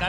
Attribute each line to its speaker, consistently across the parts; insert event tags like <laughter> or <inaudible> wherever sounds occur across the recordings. Speaker 1: The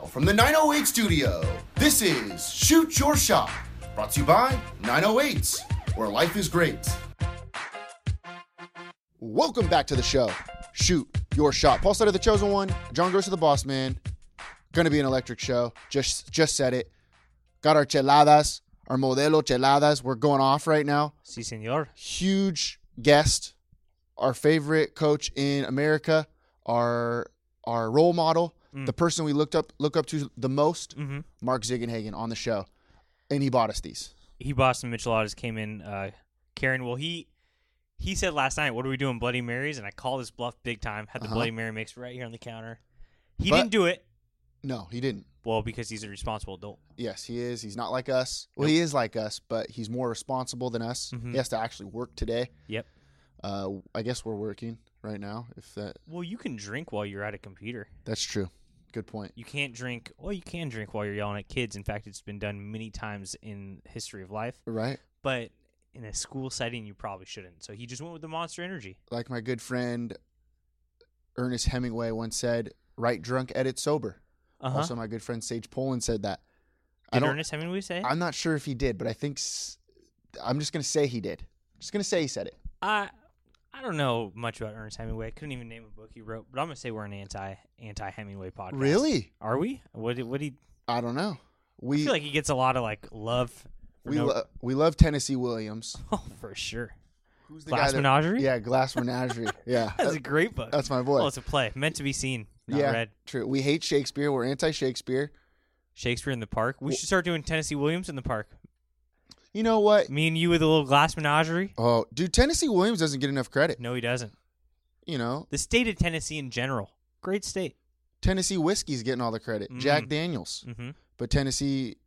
Speaker 2: from the 908 studio, this is Shoot Your Shot, brought to you by 908, where life is great. Welcome back to the show. Shoot Your Shot. Paul Sutter, the chosen one. John Gross, the boss man. Gonna be an electric show. Just just said it. Got our cheladas, our modelo cheladas. We're going off right now.
Speaker 3: Si, senor.
Speaker 2: huge guest, our favorite coach in America, our our role model, the person we looked up look up to the most, Mark Ziegenhagen on the show, and he bought us these.
Speaker 3: He Boston Micheladas came in uh, Karen. Well, he he said last night, "What are we doing, Bloody Marys?" And I called his bluff big time. Had the Bloody Mary mix right here on the counter.
Speaker 2: Uh-huh.
Speaker 3: He
Speaker 2: But-
Speaker 3: didn't do it.
Speaker 2: No, he didn't.
Speaker 3: Well, because he's a responsible adult.
Speaker 2: Yes, he is. He's not like us. Well, he is like us, but he's more responsible than us. He has to actually work today.
Speaker 3: Yep.
Speaker 2: Uh, I guess we're working right now. If that
Speaker 3: Well, you can drink while you're at a computer.
Speaker 2: that's true, good point.
Speaker 3: You can't drink. Well, you can drink while you're yelling at kids. In fact, it's been done many times in history of life.
Speaker 2: Right.
Speaker 3: But in a school setting, you probably shouldn't. So he just went with the Monster Energy.
Speaker 2: like my good friend Ernest Hemingway once said, "Write drunk, edit sober."
Speaker 3: Uh-huh.
Speaker 2: Also, my good friend Sage Poland said that. I
Speaker 3: Did
Speaker 2: don't.
Speaker 3: Ernest Hemingway say? it?
Speaker 2: I'm not sure if he did, but I think s- I'm just gonna say he did. Just gonna say he said it.
Speaker 3: I I don't know much about Ernest Hemingway. I couldn't even name a book he wrote, but I'm gonna say we're an anti anti Hemingway podcast.
Speaker 2: Really?
Speaker 3: Are we? What did- what he?
Speaker 2: I don't know.
Speaker 3: I
Speaker 2: We
Speaker 3: feel like he gets a lot of like love. for
Speaker 2: we
Speaker 3: no-
Speaker 2: lo- we love Tennessee Williams.
Speaker 3: oh, <laughs> for sure.
Speaker 2: Who's
Speaker 3: Glass Menagerie?
Speaker 2: Yeah, Glass
Speaker 3: <laughs>
Speaker 2: Menagerie. yeah,
Speaker 3: That's
Speaker 2: Uh,
Speaker 3: a great book.
Speaker 2: that's my boy.
Speaker 3: Well, it's a play meant to be seen, not
Speaker 2: yeah,
Speaker 3: read.
Speaker 2: true. We hate Shakespeare. We're anti-Shakespeare.
Speaker 3: Shakespeare in the Park. We should start doing Tennessee Williams in the Park.
Speaker 2: You know what?
Speaker 3: Me and you with a little glass menagerie.
Speaker 2: Oh, dude, Tennessee Williams doesn't get enough credit.
Speaker 3: No, he doesn't.
Speaker 2: You know,
Speaker 3: The state of Tennessee in general, great state.
Speaker 2: Tennessee whiskey's getting all the credit. Jack Daniels.
Speaker 3: Mm-hmm.
Speaker 2: but Tennessee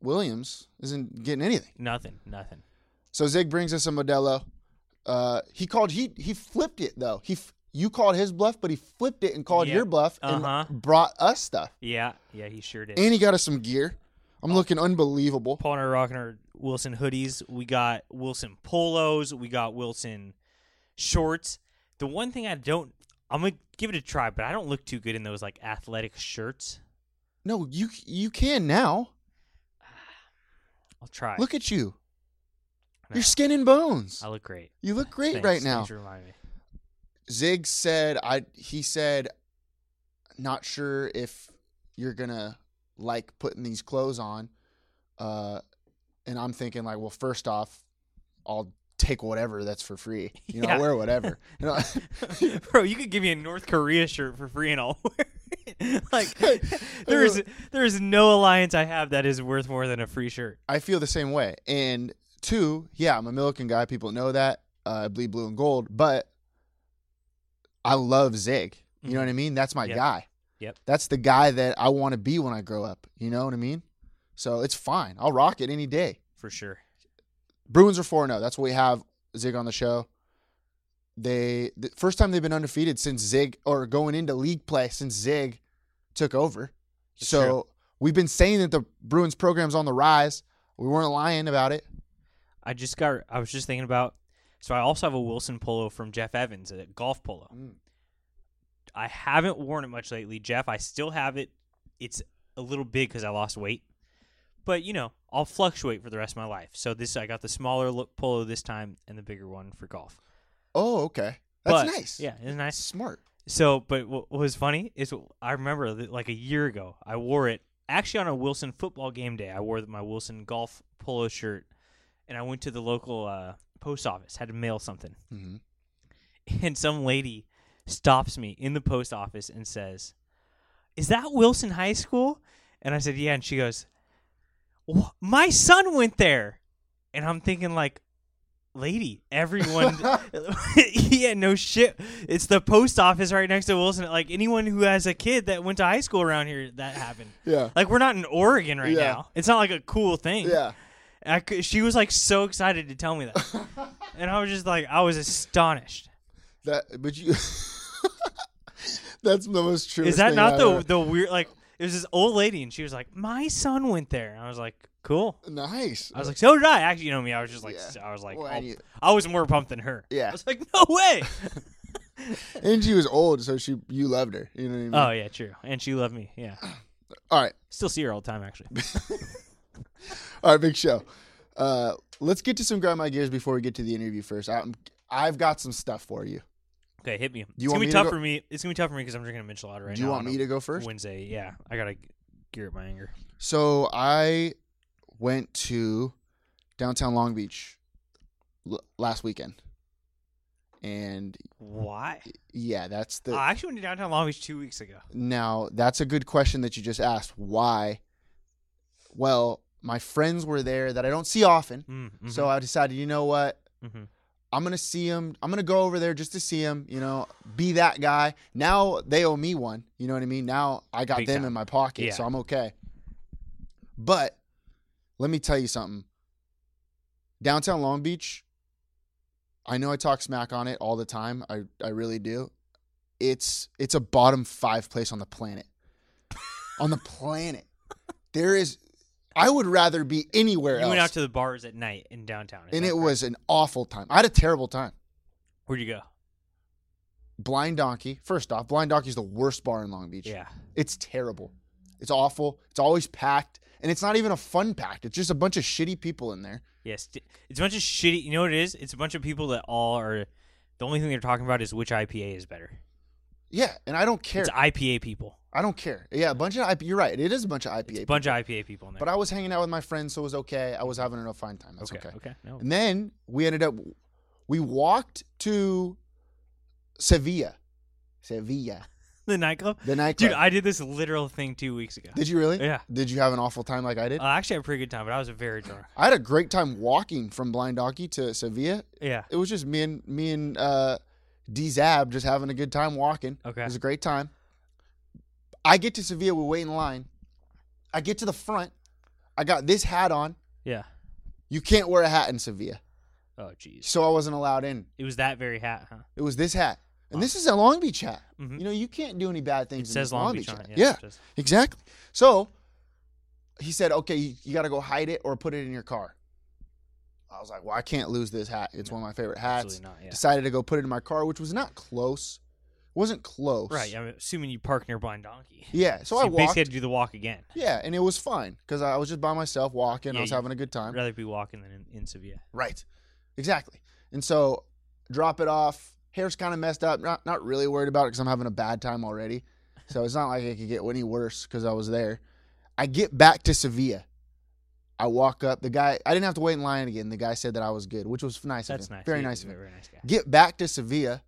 Speaker 2: Williams isn't getting anything.
Speaker 3: Nothing, nothing.
Speaker 2: So Zig brings us a Modelo. Uh, he called he he flipped it though. He f- you called his bluff, but he flipped it and called
Speaker 3: Yeah.
Speaker 2: your bluff and
Speaker 3: Uh-huh.
Speaker 2: brought us stuff.
Speaker 3: Yeah, yeah, he sure did.
Speaker 2: And he got us some gear. I'm looking unbelievable.
Speaker 3: Paul and I are rocking our Wilson hoodies. We got Wilson polos. We got Wilson shorts. The one thing I don't, I'm gonna give it a try, but I don't look too good in those like athletic shirts.
Speaker 2: No, you you can now.
Speaker 3: I'll try.
Speaker 2: Look at you.
Speaker 3: Nah,
Speaker 2: You're skin and bones.
Speaker 3: I look great.
Speaker 2: You look great
Speaker 3: Thanks.
Speaker 2: right now.
Speaker 3: Thanks for reminding me.
Speaker 2: Zig said I he said not sure if you're gonna like putting these clothes on. Uh and I'm thinking like, well, first off, I'll take whatever that's for free. You know,
Speaker 3: Yeah.
Speaker 2: I'll wear whatever. You know,
Speaker 3: Bro, you could give me <laughs> a North Korea shirt for free and I'll <laughs> wear it.
Speaker 2: <laughs>
Speaker 3: like there is there is no alliance I have that is worth more than a free shirt.
Speaker 2: I feel the same way. And two, yeah, I'm a Milliken guy, people know that. Uh, I bleed blue and gold, but I love Zig. You know what I mean? That's my
Speaker 3: Mm-hmm. Yep.
Speaker 2: guy.
Speaker 3: Yep.
Speaker 2: That's the guy that I want to be when I grow up. You know what I mean? So it's fine. I'll rock it any day.
Speaker 3: For sure.
Speaker 2: Bruins are 4 0. That's what we have Zig on the show. They the first time they've been undefeated since Zig or going into league play since Zig took over.
Speaker 3: It's
Speaker 2: so
Speaker 3: true.
Speaker 2: we've been saying that the Bruins program's on the rise. We weren't lying about it.
Speaker 3: I just got. I was just thinking about. So I also have a Wilson polo from Jeff Evans, a golf polo.
Speaker 2: Mm.
Speaker 3: I haven't worn it much lately, Jeff. I still have it. It's a little big because I lost weight, but you know I'll fluctuate for the rest of my life. So this I got the smaller look polo this time and the bigger one for golf.
Speaker 2: Oh, okay. That's
Speaker 3: But-
Speaker 2: nice.
Speaker 3: Yeah, it's nice.
Speaker 2: Smart.
Speaker 3: So, but what what was funny is I remember that like a year ago, I wore it actually on a Wilson football game day. I wore my Wilson golf polo shirt, and I went to the local uh, post office, had to mail something,
Speaker 2: Mhm.
Speaker 3: <laughs> and some lady stops me in the post office and says, "Is that Wilson High School?" And I said, "Yeah," and she goes, "Wh- "My son went there," and I'm thinking like, lady.
Speaker 2: <laughs>
Speaker 3: Everyone, <laughs> yeah, no shit. It's the post office right next to Wilson. Like anyone who has a kid that went to high school around here, that happened.
Speaker 2: Yeah.
Speaker 3: Like we're not in Oregon right
Speaker 2: Yeah.
Speaker 3: now. It's not like a cool thing.
Speaker 2: Yeah.
Speaker 3: I cou- she was like so excited to tell me that, and I was just like, I was astonished.
Speaker 2: That but you <laughs> That's the uh, most true.
Speaker 3: Is that not the the weird like? It was this old lady, and she was like, "My son went there," and I was like, "Cool."
Speaker 2: nice?
Speaker 3: I was like, "So did I." Actually, you know me. I was just like,
Speaker 2: Yeah.
Speaker 3: s- I was like,
Speaker 2: Well,
Speaker 3: all-
Speaker 2: and you-
Speaker 3: I was more pumped than her.
Speaker 2: Yeah.
Speaker 3: I was like, <laughs> "No
Speaker 2: <laughs>
Speaker 3: way!" <laughs>
Speaker 2: and she was old, so she you loved her. You know what I mean?
Speaker 3: oh yeah, true. And she loved me. Yeah,
Speaker 2: All right.
Speaker 3: still see her all the
Speaker 2: <laughs>
Speaker 3: time. Actually,
Speaker 2: All right, big show. Uh let's get to some grind my gears before we get to the interview first. I I've got some stuff for you.
Speaker 3: okay, hit me. It's
Speaker 2: want
Speaker 3: gonna be
Speaker 2: me to
Speaker 3: tough
Speaker 2: go-
Speaker 3: for me. It's gonna be tough for me because I'm drinking a Michelada right now.
Speaker 2: Do you want
Speaker 3: on a
Speaker 2: me to go first?
Speaker 3: Wednesday? Yeah, I gotta g- gear up my anger.
Speaker 2: So I went to downtown Long Beach l- last weekend, and
Speaker 3: Why?
Speaker 2: yeah, that's the
Speaker 3: I actually went to downtown Long Beach two weeks ago.
Speaker 2: now that's a good question that you just asked. Why? Well, my friends were there that I don't see often,
Speaker 3: Mm, mhm,
Speaker 2: so I decided, you know what,
Speaker 3: mhm.
Speaker 2: I'm gonna see him. I'm gonna go over there just to see him. You know, be that guy. Now they owe me one. You know what I mean? Now I got
Speaker 3: Big
Speaker 2: them
Speaker 3: time.
Speaker 2: in my pocket,
Speaker 3: Yeah.
Speaker 2: so I'm okay. But let me tell you something. Downtown Long Beach. I know I talk smack on it all the time. I I really do. It's it's a bottom five place on the planet. on the
Speaker 3: <laughs>
Speaker 2: planet, there is. I would rather be anywhere
Speaker 3: You
Speaker 2: else.
Speaker 3: went out to the bars at night in downtown, is
Speaker 2: and
Speaker 3: that
Speaker 2: it
Speaker 3: correct?
Speaker 2: was an awful time. I had a terrible time.
Speaker 3: where'd you go?
Speaker 2: Blind Donkey. First off, Blind Donkey is the worst bar in Long Beach.
Speaker 3: Yeah.
Speaker 2: It's terrible. It's awful. It's always packed. And it's not even a fun packed. It's just a bunch of shitty people in there.
Speaker 3: Yes, d- it's a bunch of shitty. You know what it is? It's a bunch of people that all are. The only thing they're talking about is which IPA is better.
Speaker 2: Yeah, and I don't care.
Speaker 3: It's IPA people.
Speaker 2: I don't care. Yeah, a bunch of IP. You're right. It is a bunch of IPA.
Speaker 3: A bunch of IPA people in there.
Speaker 2: but I was hanging out with my friends, so it was okay. I was having a fine time. That's okay.
Speaker 3: okay. Okay. No.
Speaker 2: And then we ended up, we walked to Sevilla. Sevilla,
Speaker 3: The nightclub.
Speaker 2: the nightclub.
Speaker 3: Dude, I did this literal thing two weeks ago.
Speaker 2: did you really?
Speaker 3: Yeah.
Speaker 2: Did you have an awful time like I did?
Speaker 3: Uh, I actually had a pretty good time, but I was very
Speaker 2: <laughs>
Speaker 3: drunk.
Speaker 2: I had a great time walking from Blind Donkey to Sevilla.
Speaker 3: Yeah.
Speaker 2: it was just me and me and uh D Zab just having a good time walking.
Speaker 3: Okay.
Speaker 2: It was a great time. I get to Sevilla, we wait in line. I get to the front. I got this hat on.
Speaker 3: Yeah.
Speaker 2: You can't wear a hat in Sevilla.
Speaker 3: Oh, jeez.
Speaker 2: So I wasn't allowed in.
Speaker 3: It was that very hat, huh?
Speaker 2: It was this hat. And this is a Long Beach hat.
Speaker 3: Mhm.
Speaker 2: You know, you can't do any bad things.
Speaker 3: It
Speaker 2: in
Speaker 3: says
Speaker 2: this
Speaker 3: Long Beach on
Speaker 2: hat.
Speaker 3: it.
Speaker 2: Yeah,
Speaker 3: Yeah, it does.
Speaker 2: exactly. So he said, okay, you, you got to go hide it or put it in your car. I was like, well, I can't lose this hat. It's one of my favorite hats.
Speaker 3: absolutely not, yeah.
Speaker 2: Decided to go put it in my car, which was not close. wasn't close.
Speaker 3: Right. I'm assuming you park near Blind Donkey.
Speaker 2: Yeah. So,
Speaker 3: So
Speaker 2: I
Speaker 3: you
Speaker 2: walked.
Speaker 3: basically had to do the walk again.
Speaker 2: yeah, and it was fine because I was just by myself walking.
Speaker 3: Yeah,
Speaker 2: I was
Speaker 3: you-
Speaker 2: having a good
Speaker 3: I'd
Speaker 2: time.
Speaker 3: rather be walking than in, in Sevilla.
Speaker 2: Right. Exactly. And so drop it off. Hair's kind of messed up. Not not really worried about it because I'm having a bad time already. So it's not like it could get any worse because I was there. I get back to Sevilla. I walk up. The guy, I didn't have to wait in line again. The guy said that I was good, which was nice.
Speaker 3: That's
Speaker 2: of him.
Speaker 3: nice.
Speaker 2: Very
Speaker 3: He-
Speaker 2: nice of him.
Speaker 3: Very nice guy.
Speaker 2: Get back to Sevilla.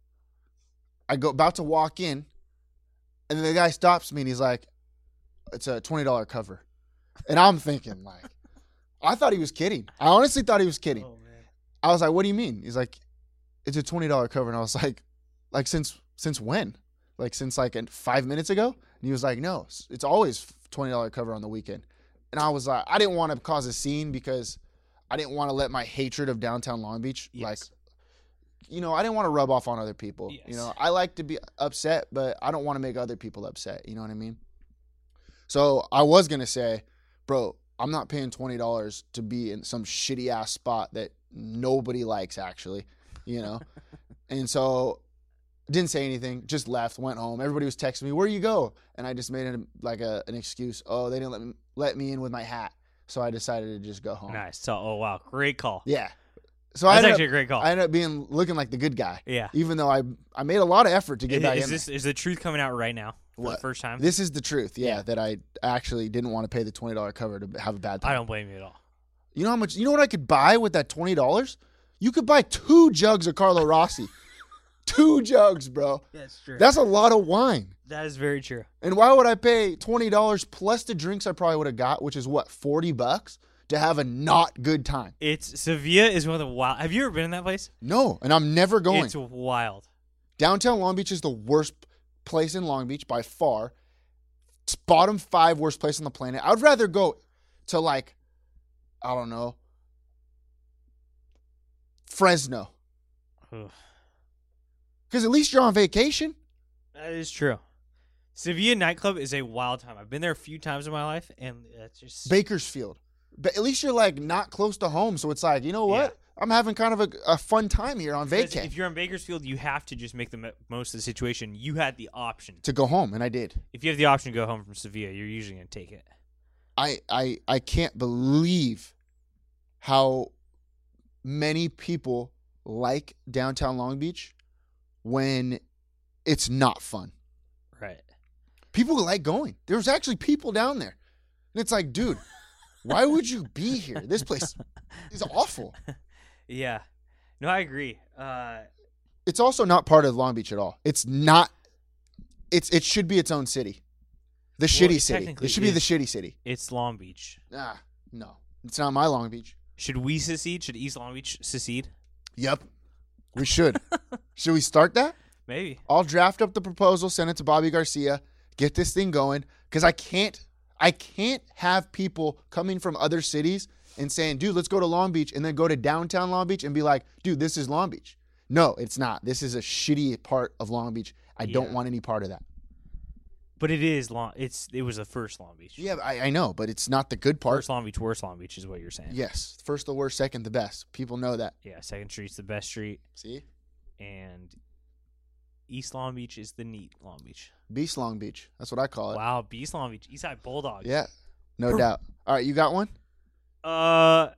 Speaker 2: I go about to walk in, and the guy stops me and he's like, "It's a twenty dollar cover," and I'm thinking like, I thought he was kidding. I honestly thought he was kidding. I was like, "What do you mean?" He's like, "It's a twenty dollar cover," and I was like, "Like since since when? Like since like an- five minutes ago?" And he was like, "No, it's- it's always twenty dollar cover on the weekend." And I was like, I didn't want to cause a scene because I didn't want to let my hatred of downtown Long Beach like.
Speaker 3: Yes.
Speaker 2: You know, I didn't want to rub off on other people. You
Speaker 3: Yes.
Speaker 2: know, I like to be upset, but I don't want to make other people upset. You know what I mean? So I was gonna say, bro, I'm not paying twenty dollars to be in some shitty ass spot that nobody likes. Actually, you know, and so didn't say anything. Just left, went home. Everybody was texting me, "Where you go?" And I just made it like a, an excuse. Oh, they didn't let me, let me in with my hat, so I decided to just go home.
Speaker 3: Nice. So, oh wow, great call.
Speaker 2: Yeah. So I
Speaker 3: That's
Speaker 2: ended,
Speaker 3: actually a
Speaker 2: up,
Speaker 3: great call.
Speaker 2: I ended up being looking like the good guy.
Speaker 3: Yeah.
Speaker 2: Even though I I made a lot of effort to get back
Speaker 3: Is,
Speaker 2: in.
Speaker 3: is this is the truth coming out right now for the
Speaker 2: What?
Speaker 3: first time?
Speaker 2: This is the truth, yeah, That I actually didn't want to pay the twenty dollar cover to have a bad time.
Speaker 3: I don't blame you at all.
Speaker 2: You know how much? You know what I could buy with that twenty dollars? You could buy two jugs of Carlo
Speaker 3: <laughs>
Speaker 2: Rossi. two jugs, bro.
Speaker 3: That's true.
Speaker 2: That's a lot of wine.
Speaker 3: That is very true.
Speaker 2: And why would I pay twenty dollars plus the drinks I probably would have got, which is what forty bucks, to have a not good time.
Speaker 3: It's Sevilla is one of the wild. Have you ever been in that place?
Speaker 2: No, and I'm never going.
Speaker 3: It's wild.
Speaker 2: Downtown Long Beach is the worst place in Long Beach by far. It's bottom five worst place on the planet. I'd rather go to like, I don't know, Fresno.
Speaker 3: Ugh.
Speaker 2: Because at least you're on vacation.
Speaker 3: That is true. Sevilla nightclub is a wild time. I've been there a few times in my life, and that's just
Speaker 2: Bakersfield. But at least you're like not close to home. So it's like, you know what? I'm having kind of a, a fun time here on
Speaker 3: Because
Speaker 2: vacation
Speaker 3: If you're in Bakersfield, you have to just make the mo- most of the situation. You had the option.
Speaker 2: to go home. And I did.
Speaker 3: If you have the option to go home from Sevilla, you're usually going to take it.
Speaker 2: I I I can't believe how many people like downtown Long Beach when it's not fun.
Speaker 3: Right.
Speaker 2: People like going. There's actually people down there. And it's like, dude, why would you be here? This place
Speaker 3: <laughs>
Speaker 2: is awful.
Speaker 3: Yeah. No, I agree. Uh,
Speaker 2: It's also not part of Long Beach at all. It's not it's it should be its own city. The
Speaker 3: Well,
Speaker 2: shitty
Speaker 3: it
Speaker 2: city.
Speaker 3: technically
Speaker 2: It should be the
Speaker 3: is.
Speaker 2: shitty city.
Speaker 3: it's Long Beach.
Speaker 2: Ah, no. It's not my Long Beach.
Speaker 3: Should we secede? Should East Long Beach secede?
Speaker 2: Yep. We
Speaker 3: <laughs>
Speaker 2: should. should we start that?
Speaker 3: Maybe.
Speaker 2: I'll draft up the proposal, send it to Bobby Garcia, get this thing going because I can't I can't have people coming from other cities and saying, "Dude, let's go to Long Beach," and then go to downtown Long Beach and be like, "Dude, this is Long Beach." No, it's not. This is a shitty part of Long Beach. I don't
Speaker 3: Yeah.
Speaker 2: want any part of that.
Speaker 3: But it is Long. It's it was the first Long Beach.
Speaker 2: Yeah, I, I know, but it's not the good part.
Speaker 3: First Long Beach, worst Long Beach is what you're saying.
Speaker 2: yes, first the worst, second the best. People know that.
Speaker 3: Yeah. Second Street's the best street,
Speaker 2: See,
Speaker 3: and East Long Beach is the neat Long Beach.
Speaker 2: Beast Long Beach. That's what I call it.
Speaker 3: Wow, Beast Long Beach, Eastside Bulldogs.
Speaker 2: Uh, Yeah, no doubt. All right, you got one.
Speaker 3: Uh,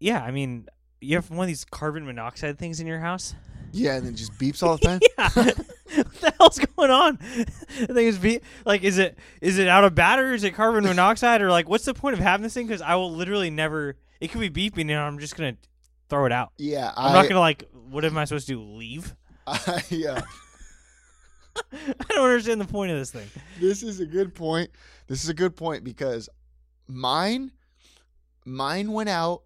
Speaker 3: yeah. I mean, you have one of these carbon monoxide things in your house.
Speaker 2: Yeah, and then just beeps all the time.
Speaker 3: <laughs> Yeah. what the hell's going on? <laughs> I think it's be like, is it is it out of battery? Is it carbon monoxide? Or like, what's the point of having this thing? Because I will literally never. It could be beeping, and I'm just gonna throw it out.
Speaker 2: Yeah,
Speaker 3: I'm
Speaker 2: I-
Speaker 3: not gonna like. What am I supposed to do? Leave? <laughs>
Speaker 2: <laughs> I, yeah.
Speaker 3: I don't understand the point of this thing.
Speaker 2: this is a good point. This is a good point because mine, mine went out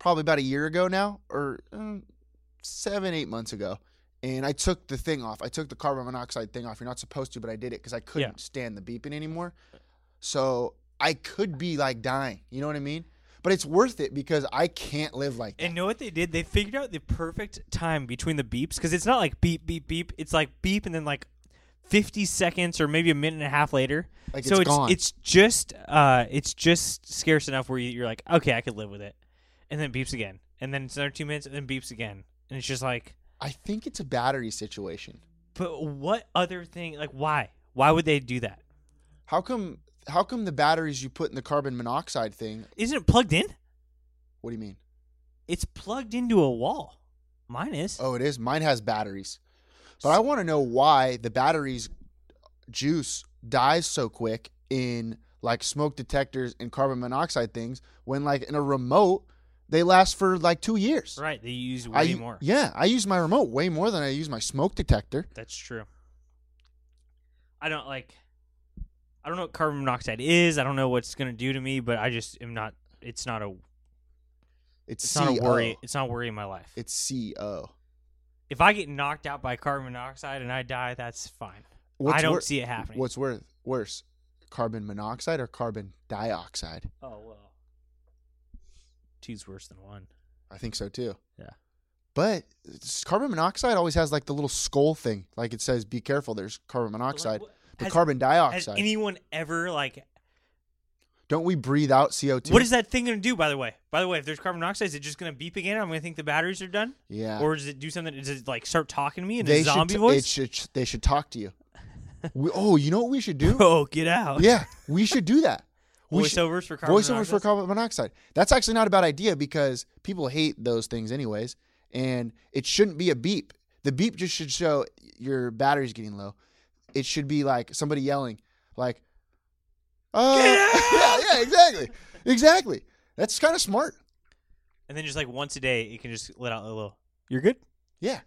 Speaker 2: probably about a year ago now, or mm, seven, eight months ago, and I took the thing off. I took the carbon monoxide thing off. You're not supposed to, but I did it because I couldn't stand the beeping anymore. So I could be like dying. You know what I mean? But it's worth it because I can't live like that.
Speaker 3: And know what they did? They figured out the perfect time between the beeps because it's not like beep beep beep. It's like beep and then like fifty seconds or maybe a minute and a half later.
Speaker 2: Like,
Speaker 3: so
Speaker 2: it's
Speaker 3: it's
Speaker 2: gone.
Speaker 3: it's just uh it's just scarce enough where you- you're like okay I could live with it, and then beeps again, and then it's another two minutes, and then beeps again, and it's just like,
Speaker 2: I think it's a battery situation.
Speaker 3: but what other thing? Like why? Why would they do that?
Speaker 2: How come? How come the batteries you put in the carbon monoxide thing?
Speaker 3: Isn't it plugged in?
Speaker 2: What do you mean?
Speaker 3: It's plugged into a wall. Mine is.
Speaker 2: Oh, it is. Mine has batteries. But I want to know why the batteries juice dies so quick in like smoke detectors and carbon monoxide things when like in a remote they last for like 2 years.
Speaker 3: Right. They use
Speaker 2: I
Speaker 3: way
Speaker 2: u-
Speaker 3: more.
Speaker 2: Yeah, I use my remote way more than I use my smoke detector.
Speaker 3: That's true. I don't like. I don't know what carbon monoxide is. I don't know what it's gonna do to me, but I just am not. It's not a.
Speaker 2: It's,
Speaker 3: It's not a
Speaker 2: CO.
Speaker 3: worry. It's not a worry in my life.
Speaker 2: It's CO.
Speaker 3: if I get knocked out by carbon monoxide and I die, that's fine. I don't
Speaker 2: wor-
Speaker 3: see it happening.
Speaker 2: What's worth worse, carbon monoxide or carbon dioxide?
Speaker 3: Oh well. Two's worse than one.
Speaker 2: I think so too.
Speaker 3: Yeah.
Speaker 2: But it's- carbon monoxide always has like the little skull thing. Like it says, be careful, there's carbon monoxide.
Speaker 3: what-
Speaker 2: But
Speaker 3: has-
Speaker 2: carbon
Speaker 3: Has
Speaker 2: dioxide.
Speaker 3: anyone ever like?
Speaker 2: Don't we breathe out CO2?
Speaker 3: What is that thing gonna do? By the way, by the way, if there's carbon monoxide, is it just gonna beep again? I'm gonna think the batteries are done,
Speaker 2: Yeah.
Speaker 3: or does it do something? Does it like start talking to me in
Speaker 2: they
Speaker 3: a zombie
Speaker 2: should,
Speaker 3: voice?
Speaker 2: It
Speaker 3: <laughs>
Speaker 2: should, they should talk to you. We, oh, you know what we should do?
Speaker 3: <laughs> Bro, Oh, get out!
Speaker 2: yeah, we should do that. We should-
Speaker 3: Voiceovers for carbon
Speaker 2: voiceovers for
Speaker 3: monoxide?
Speaker 2: carbon monoxide. That's actually not a bad idea because people hate those things anyways, and it shouldn't be a beep. The beep just should show your battery's getting low. It should be like somebody yelling, like, "Oh, <laughs> yeah, yeah, exactly, exactly." That's kind of smart.
Speaker 3: And then just like once a day, it can just let out a little. You're good.
Speaker 2: Yeah.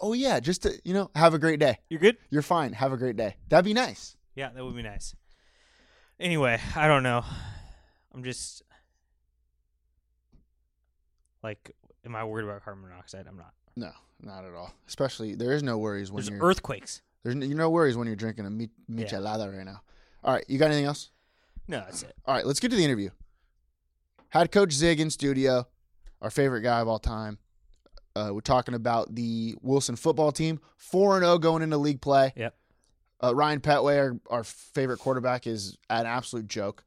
Speaker 2: Oh yeah, just to you know, have a great day.
Speaker 3: You're good.
Speaker 2: You're fine. Have a great day. That'd be nice.
Speaker 3: Yeah, that would be nice. Anyway, I don't know. I'm just Like, am I worried about carbon monoxide? I'm not.
Speaker 2: No, not at all. Especially there is no worries when
Speaker 3: There's
Speaker 2: you're
Speaker 3: earthquakes.
Speaker 2: there's no, no worries when you're drinking a mi- michelada right now. All right, you got anything else?
Speaker 3: No, that's it.
Speaker 2: All right, let's get to the interview. Had Coach Zig in studio, our favorite guy of all time. Uh, we're talking about the Wilson football team, four and zero going into league play.
Speaker 3: Yep.
Speaker 2: Uh, Ryan Petway, our, our favorite quarterback, is an absolute joke.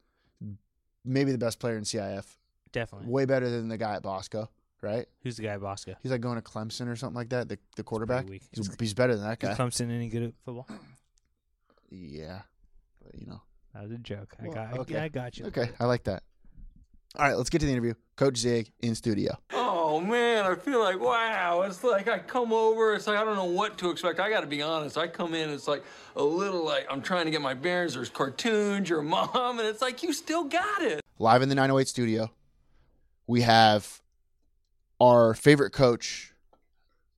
Speaker 2: Maybe the best player in CIF.
Speaker 3: Definitely.
Speaker 2: Way better than the guy at Bosco, right?
Speaker 3: Who's the guy at Bosca?
Speaker 2: He's like going to Clemson or something like that. The the quarterback.
Speaker 3: weak.
Speaker 2: He's, he's better than that
Speaker 3: Is
Speaker 2: guy.
Speaker 3: Clemson any good at football?
Speaker 2: yeah, But, you know.
Speaker 3: That was a joke. I
Speaker 2: Well,
Speaker 3: got.
Speaker 2: okay.
Speaker 3: I got you.
Speaker 2: Okay, I like that. All right, let's get to the interview. Coach Zig in studio.
Speaker 4: Oh man, I feel like wow. It's like I come over, it's like I don't know what to expect. I gotta be honest. I come in, it's like a little like I'm trying to get my bearings. There's cartoons, your mom, and it's like you still got it.
Speaker 2: live in the 908 studio. We have our favorite coach,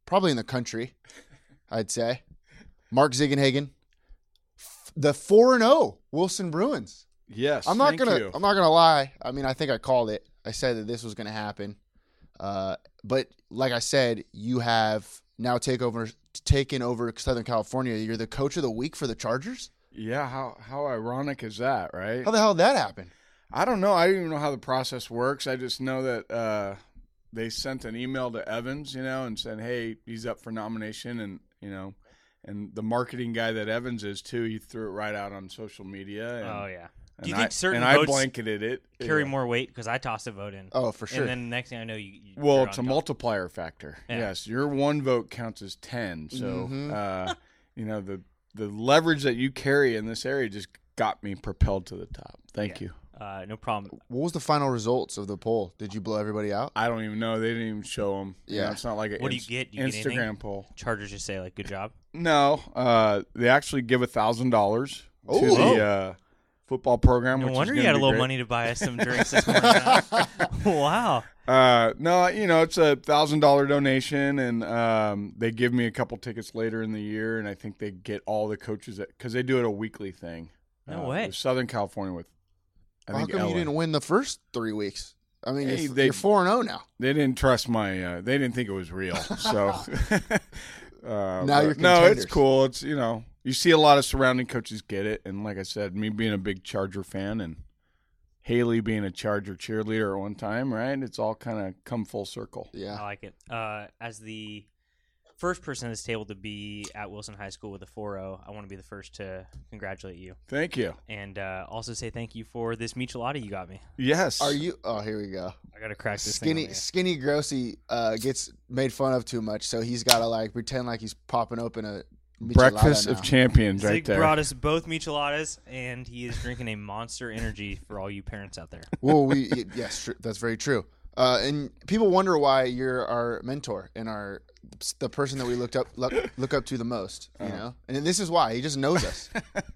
Speaker 2: probably in the country, I'd say, Mark Ziegenhagen, F- the four and zero Wilson Bruins.
Speaker 5: Yes.
Speaker 2: I'm not
Speaker 5: thank
Speaker 2: gonna.
Speaker 5: you.
Speaker 2: I'm not gonna lie. I mean, I think I called it. I said that this was gonna happen. Uh, but like I said, you have now take over, taken over Southern California. You're the coach of the week for the Chargers.
Speaker 5: yeah. How how ironic is that, right?
Speaker 2: How the hell did that happen?
Speaker 5: I don't know. I don't even know how the process works. I just know that uh, they sent an email to Evans, you know, and said, "Hey, he's up for nomination," and you know, and the marketing guy that Evans is too, he threw it right out on social media. And,
Speaker 3: Oh yeah.
Speaker 5: and
Speaker 3: Do you
Speaker 5: I,
Speaker 3: think certain
Speaker 5: and I
Speaker 3: votes
Speaker 5: blanketed it
Speaker 3: carry
Speaker 5: Yeah.
Speaker 3: more weight? Because I tossed a vote in.
Speaker 2: Oh, for sure.
Speaker 3: And then the next thing I know, you. you
Speaker 5: Well,
Speaker 3: you're
Speaker 5: it's a
Speaker 3: on top.
Speaker 5: multiplier factor.
Speaker 3: Yeah.
Speaker 5: Yes, your one vote counts as ten. So, uh, you know the the leverage that you carry in this area just got me propelled to the top. Thank you.
Speaker 3: Uh, no problem.
Speaker 2: What was the final results of the poll? Did you blow everybody out?
Speaker 5: I don't even know. They didn't even show them.
Speaker 2: Yeah.
Speaker 5: it's not like an
Speaker 3: What do you
Speaker 5: inst-
Speaker 3: get? Do you get
Speaker 5: Instagram
Speaker 3: anything?
Speaker 5: poll.
Speaker 3: Chargers just say like, "Good job."
Speaker 5: No, uh, they actually give a thousand dollars to
Speaker 2: Ooh.
Speaker 5: the uh, football program.
Speaker 3: Oh. No
Speaker 5: which is
Speaker 3: wonder you
Speaker 5: gonna
Speaker 3: had a
Speaker 5: be
Speaker 3: little
Speaker 5: great.
Speaker 3: money to buy us
Speaker 5: <laughs>
Speaker 3: some drinks this morning. huh? <laughs> wow.
Speaker 5: Uh, no, you know it's a thousand dollar donation, and um, they give me a couple tickets later in the year, and I think they get all the coaches because they do it a weekly thing.
Speaker 3: No
Speaker 5: Uh,
Speaker 3: way.
Speaker 5: with Southern California with. I
Speaker 2: How
Speaker 5: think
Speaker 2: come you
Speaker 5: LA.
Speaker 2: didn't win the first three weeks? I mean,
Speaker 5: Hey,
Speaker 2: you're, f-
Speaker 5: they-
Speaker 2: you're four and zero now.
Speaker 5: They didn't trust my. Uh, they didn't think it was real. So
Speaker 2: <laughs>
Speaker 5: <laughs> uh,
Speaker 2: Now
Speaker 5: but
Speaker 2: you're
Speaker 5: no,
Speaker 2: contenders.
Speaker 5: it's cool. It's you know you see a lot of surrounding coaches get it, and like I said, me being a big Charger fan and Haley being a Charger cheerleader at one time, right? It's all kind of come full circle.
Speaker 2: Yeah,
Speaker 3: I like it. Uh, as the first person at this table to be at Wilson High School with a 4-0, I want to be the first to congratulate you
Speaker 5: Thank you.
Speaker 3: and uh, also say thank you for this michelada you got me.
Speaker 5: Yes.
Speaker 2: Are <sighs> you? Oh, here we go.
Speaker 3: I gotta crack this
Speaker 2: Skinny,
Speaker 3: thing.
Speaker 2: skinny Grossi uh, gets made fun of too much, so he's got to like pretend like he's popping open a michelada
Speaker 5: breakfast
Speaker 2: now.
Speaker 5: of champions
Speaker 3: Skinny, Zig
Speaker 5: right there?
Speaker 3: brought us both micheladas, and he is drinking a Monster Energy for all you parents out there.
Speaker 2: well,
Speaker 5: <laughs>
Speaker 2: we y- yes, tr- that's very true. Uh, and people wonder why you're our mentor and our the person that we looked up look, look up to the most. You know, and this is why he just knows <laughs> us.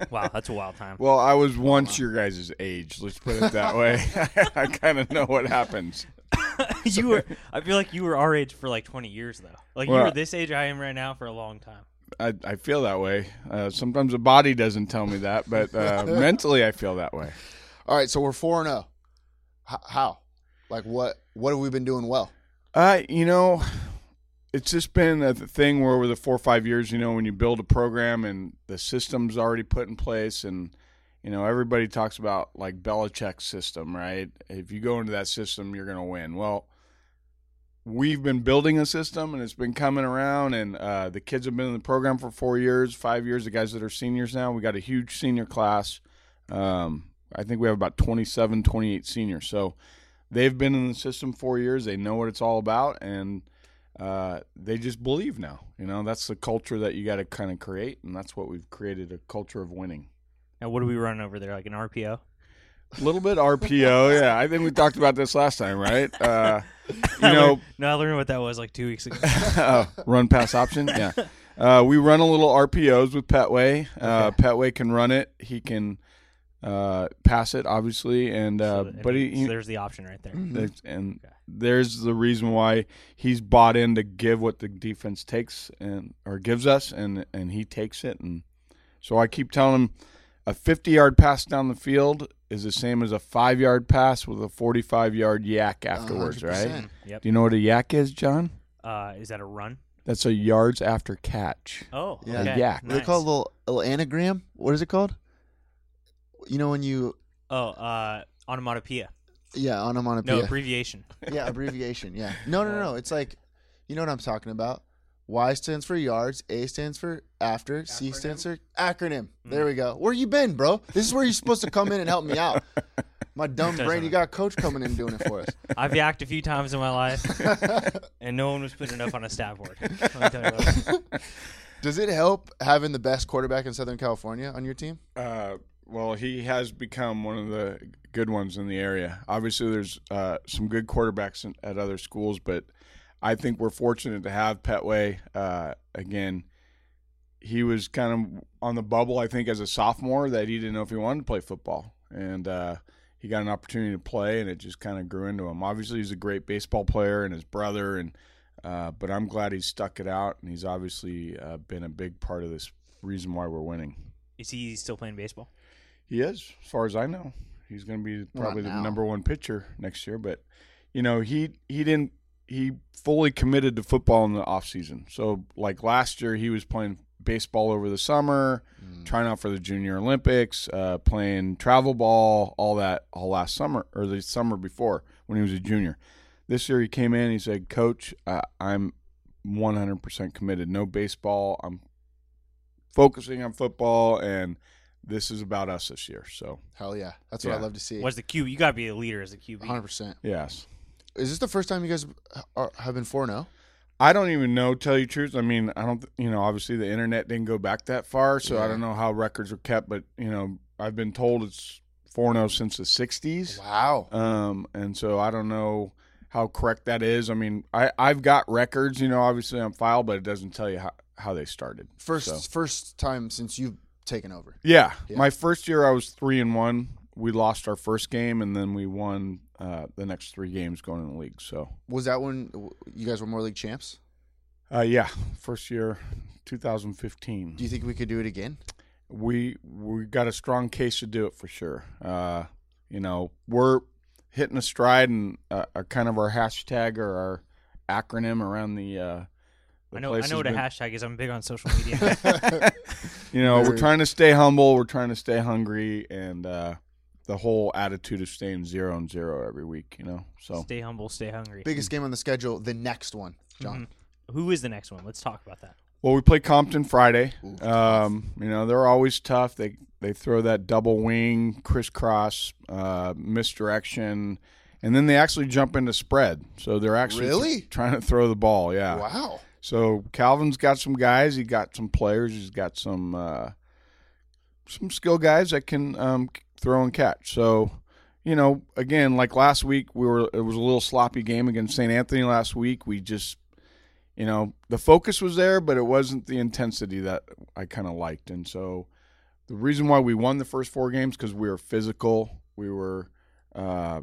Speaker 3: Wow, that's a wild time.
Speaker 5: well, I was once your guys' age. Let's put it that way. <laughs> I kind of know what happens.
Speaker 3: <laughs> you were, I feel like you were our age for like 20 years though. Like you
Speaker 5: Well-
Speaker 3: were this age I am right now for a long time.
Speaker 5: I, I feel that way. Uh, sometimes the body doesn't tell me that, but <laughs> uh, mentally I feel that way.
Speaker 2: All right, so we're four and zero. H- how? Like what? What have we been doing well?
Speaker 5: Uh, you know, it's just been a th- thing where over the four or five years, you know, when you build a program and the system's already put in place, and you know everybody talks about like Belichick's system, right? If you go into that system, you're going to win. Well, we've been building a system, and it's been coming around, and uh, the kids have been in the program for four years, five years. The guys that are seniors now, we got a huge senior class. Um, I think we have about 27, 28 seniors. So they've been in the system four years. They know what it's all about, and uh, they just believe now. You know, that's the culture that you got to kind of create, and that's what we've created—a culture of winning.
Speaker 3: Now what are we running over there? Like an RPO?
Speaker 5: A little bit RPO, <laughs> yeah. I think we talked about this last time, right? Uh, you know,
Speaker 3: No, I learned what that was like two
Speaker 2: <laughs>
Speaker 3: weeks ago.
Speaker 5: <laughs> oh, run pass option. Yeah. Uh, we run a little RPOs with Petway. Uh, Petway can run it. He can uh, pass it, obviously, and uh,
Speaker 3: So-
Speaker 5: but he,
Speaker 3: so
Speaker 5: he-
Speaker 3: there's the option right there.
Speaker 2: Mm.
Speaker 5: That's- and there's the reason why he's bought in to give what the defense takes and or gives us, and and he takes it. And so I keep telling him, a 50 yard pass down the field is the same as a five yard pass with a 45 yard yak afterwards, right?
Speaker 2: 100%.
Speaker 3: Yep.
Speaker 5: Do you know what a yak is, John?
Speaker 3: Uh, is that a run?
Speaker 5: That's a yards after catch.
Speaker 3: Oh,
Speaker 2: Yeah.
Speaker 3: okay.
Speaker 5: A yak.
Speaker 2: What do they call a little, a little anagram? What is it called? You know when you
Speaker 3: Oh, uh, onomatopoeia.
Speaker 2: yeah onomatopoeia.
Speaker 3: No abbreviation.
Speaker 2: yeah, abbreviation. Yeah. No, no, no. It's like, you know what I'm talking about. Y stands for yards. A stands for after. C stands for acronym. There we go. Where you been, bro? This is where you're supposed to come in and help me out. My dumb brain. You got a coach coming in doing it for us.
Speaker 3: I've yacked a few times in my life,
Speaker 2: <laughs>
Speaker 3: and no one was putting enough on a stat board. Let me tell you what.
Speaker 2: Does it help having the best quarterback in Southern California on your team?
Speaker 5: Uh, well, he has become one of the good ones in the area. Obviously, there's uh, some good quarterbacks in, at other schools, but I think we're fortunate to have Petway. Uh, again, he was kind of on the bubble, I think, as a sophomore, that he didn't know if he wanted to play football. And uh, he got an opportunity to play, and it just kind of grew into him. Obviously, he's a great baseball player and his brother, and uh, but I'm glad he stuck it out, and he's obviously uh, been a big part of this reason why we're winning.
Speaker 3: Is he still playing baseball?
Speaker 5: He is, as far as I know. He's going to be probably the
Speaker 2: now.
Speaker 5: number one pitcher next year. But you know, he he didn't he fully committed to football in the off season. So like last year, he was playing baseball over the summer, trying out for the Junior Olympics, uh, playing travel ball, all that all last summer or the summer before when he was a junior. This year, he came in. He said, "Coach, uh, I'm 100% committed. No baseball. I'm focusing on football and." this is about us this year. So
Speaker 2: Hell yeah. That's what I
Speaker 5: Yeah.
Speaker 2: love to see.
Speaker 3: Was the Q? You got to be a leader as a QB.
Speaker 2: 100%.
Speaker 5: yes,
Speaker 2: Is this the first time you guys are, have been oh? 4 0?
Speaker 5: I don't even know. Tell you the truth, I mean, I don't. You know, obviously the internet didn't go back that far, so I
Speaker 2: Yeah.
Speaker 5: don't know how records are kept. But you know, I've been told it's four zero since the '60s.
Speaker 2: Oh, Wow.
Speaker 5: Um, and so I don't know how correct that is. I mean, I I've got records, you know, obviously on file, but it doesn't tell you how how they started.
Speaker 2: First,
Speaker 5: So-
Speaker 2: first time since you've taken over.
Speaker 5: Yeah.
Speaker 2: Yeah.
Speaker 5: My first year, I was three and one. We lost our first game, and then we won uh, the next three games going in the league. So
Speaker 2: Was that when w- you guys were more league champs?
Speaker 5: Uh, yeah, first year, 2015.
Speaker 2: Do you think we could do it again?
Speaker 5: we we got a strong case to do it for sure. Uh, you know, we're hitting a stride, and uh, our, kind of our hashtag or our acronym around the. Uh, the
Speaker 3: I know.
Speaker 5: place
Speaker 3: I know
Speaker 5: has
Speaker 3: what a
Speaker 5: been-
Speaker 3: hashtag is. I'm big on social
Speaker 2: <laughs>
Speaker 3: media.
Speaker 5: You know, we're
Speaker 2: Very-
Speaker 5: trying to stay humble. We're trying to stay hungry, and uh, the whole attitude of staying zero and zero every week. You know, so
Speaker 3: stay humble. Stay hungry.
Speaker 2: Biggest game on the schedule, the next one, John.
Speaker 3: Who is the next one? Let's talk
Speaker 2: <laughs>
Speaker 3: about that.
Speaker 5: Well, we play Compton Friday. Um, you know, they're always tough. They they throw that double wing, crisscross, uh, misdirection, and then they actually jump into spread. So they're actually
Speaker 2: Really?
Speaker 5: trying to throw the ball. Yeah.
Speaker 2: Wow.
Speaker 5: So Calvin's got some guys. He got some players. He's got some uh, some skill guys that can um, c- throw and catch. So you know, again, like last week, we were it was a little sloppy game against St. Anthony last week. We just you know the focus was there, but it wasn't the intensity that I kind of liked. And so the reason why we won the first four games because we were physical. We were uh,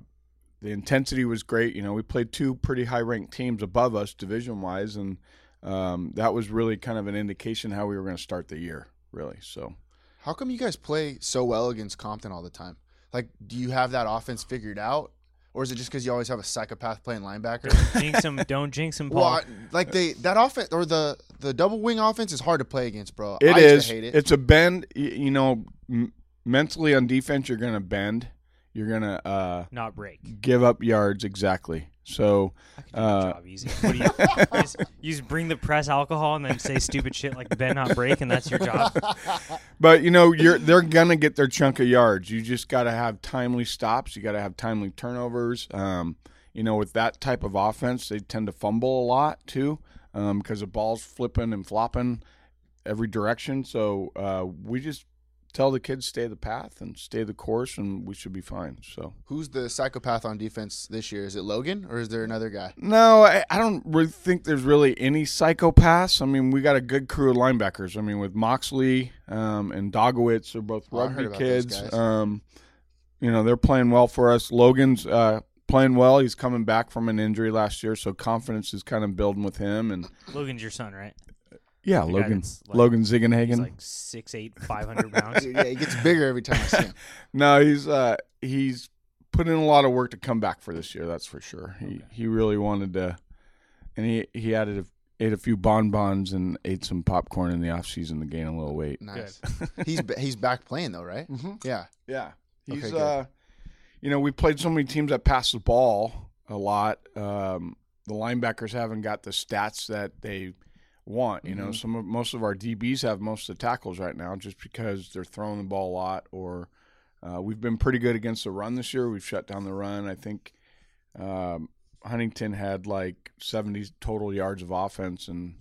Speaker 5: the intensity was great. You know, we played two pretty high ranked teams above us division wise, and um, that was really kind of an indication how we were going to start the year, really. So
Speaker 2: How come you guys play so well against Compton all the time? Like, do you have that offense figured out, or is it just because you always have a psychopath playing
Speaker 5: <laughs>
Speaker 2: linebacker?
Speaker 3: Jinx him. Don't jinx him, Paul.
Speaker 2: well, I- like they that offense or the the double wing offense is hard to play against, bro.
Speaker 5: it
Speaker 2: I
Speaker 5: is.
Speaker 2: Used to hate it.
Speaker 5: It's a bend. y- You know, m- mentally on defense, you're going to bend. You're going to uh,
Speaker 3: Not break.
Speaker 5: give up yards exactly. So
Speaker 3: I could do my
Speaker 5: Uh,
Speaker 3: job easy. What do you, you just, you just bring the press alcohol and then say stupid shit like bend not break, and that's your
Speaker 5: <laughs>
Speaker 3: job.
Speaker 5: But you know, you're they're gonna get their chunk of yards. You just got to have timely stops. You got to have timely turnovers. Um, you know, with that type of offense, they tend to fumble a lot too, because the ball's flipping and flopping every direction. So uh, we just tell the kids stay the path and stay the course, and we should be fine. So
Speaker 2: Who's the psychopath on defense this year? Is it Logan or is there another guy?
Speaker 5: no, I, I don't really think there's really any psychopaths. I mean, we got a good crew of linebackers. I mean, with Moxley um, and Dogowitz, they're both
Speaker 2: Oh, I heard
Speaker 5: rugby
Speaker 2: about those
Speaker 5: kids.
Speaker 2: guys.
Speaker 5: Um, you know, they're playing well for us. Logan's uh, playing well. He's coming back from an injury last year, so confidence is kind of building with him. And
Speaker 3: Logan's your son, right?
Speaker 5: Yeah,
Speaker 3: The guy
Speaker 5: Logan
Speaker 3: that's like-
Speaker 5: Logan
Speaker 3: He's
Speaker 5: Ziggenhagen.
Speaker 3: like six eight, five hundred pounds.
Speaker 2: Dude, <laughs> yeah, it gets bigger every time I
Speaker 5: <laughs>
Speaker 2: see him.
Speaker 5: no, he's uh he's put in a lot of work to come back for this year, that's for sure. He he really wanted to and he he added a, ate a few bonbons and ate some popcorn in the off season to gain a little weight.
Speaker 2: Nice. <laughs> he's ba- he's back playing though, right? Mm-hmm. Yeah.
Speaker 5: Yeah. He's
Speaker 2: Okay, good.
Speaker 5: uh you know, we played so many teams that pass the ball a lot. Um the linebackers haven't got the stats that they want,
Speaker 2: Mm-hmm.
Speaker 5: you know. Some of most of our DBs have most of the tackles right now just because they're throwing the ball a lot or uh, we've been pretty good against the run this year. We've shut down the run. I think um, Huntington had like 70 total yards of offense, and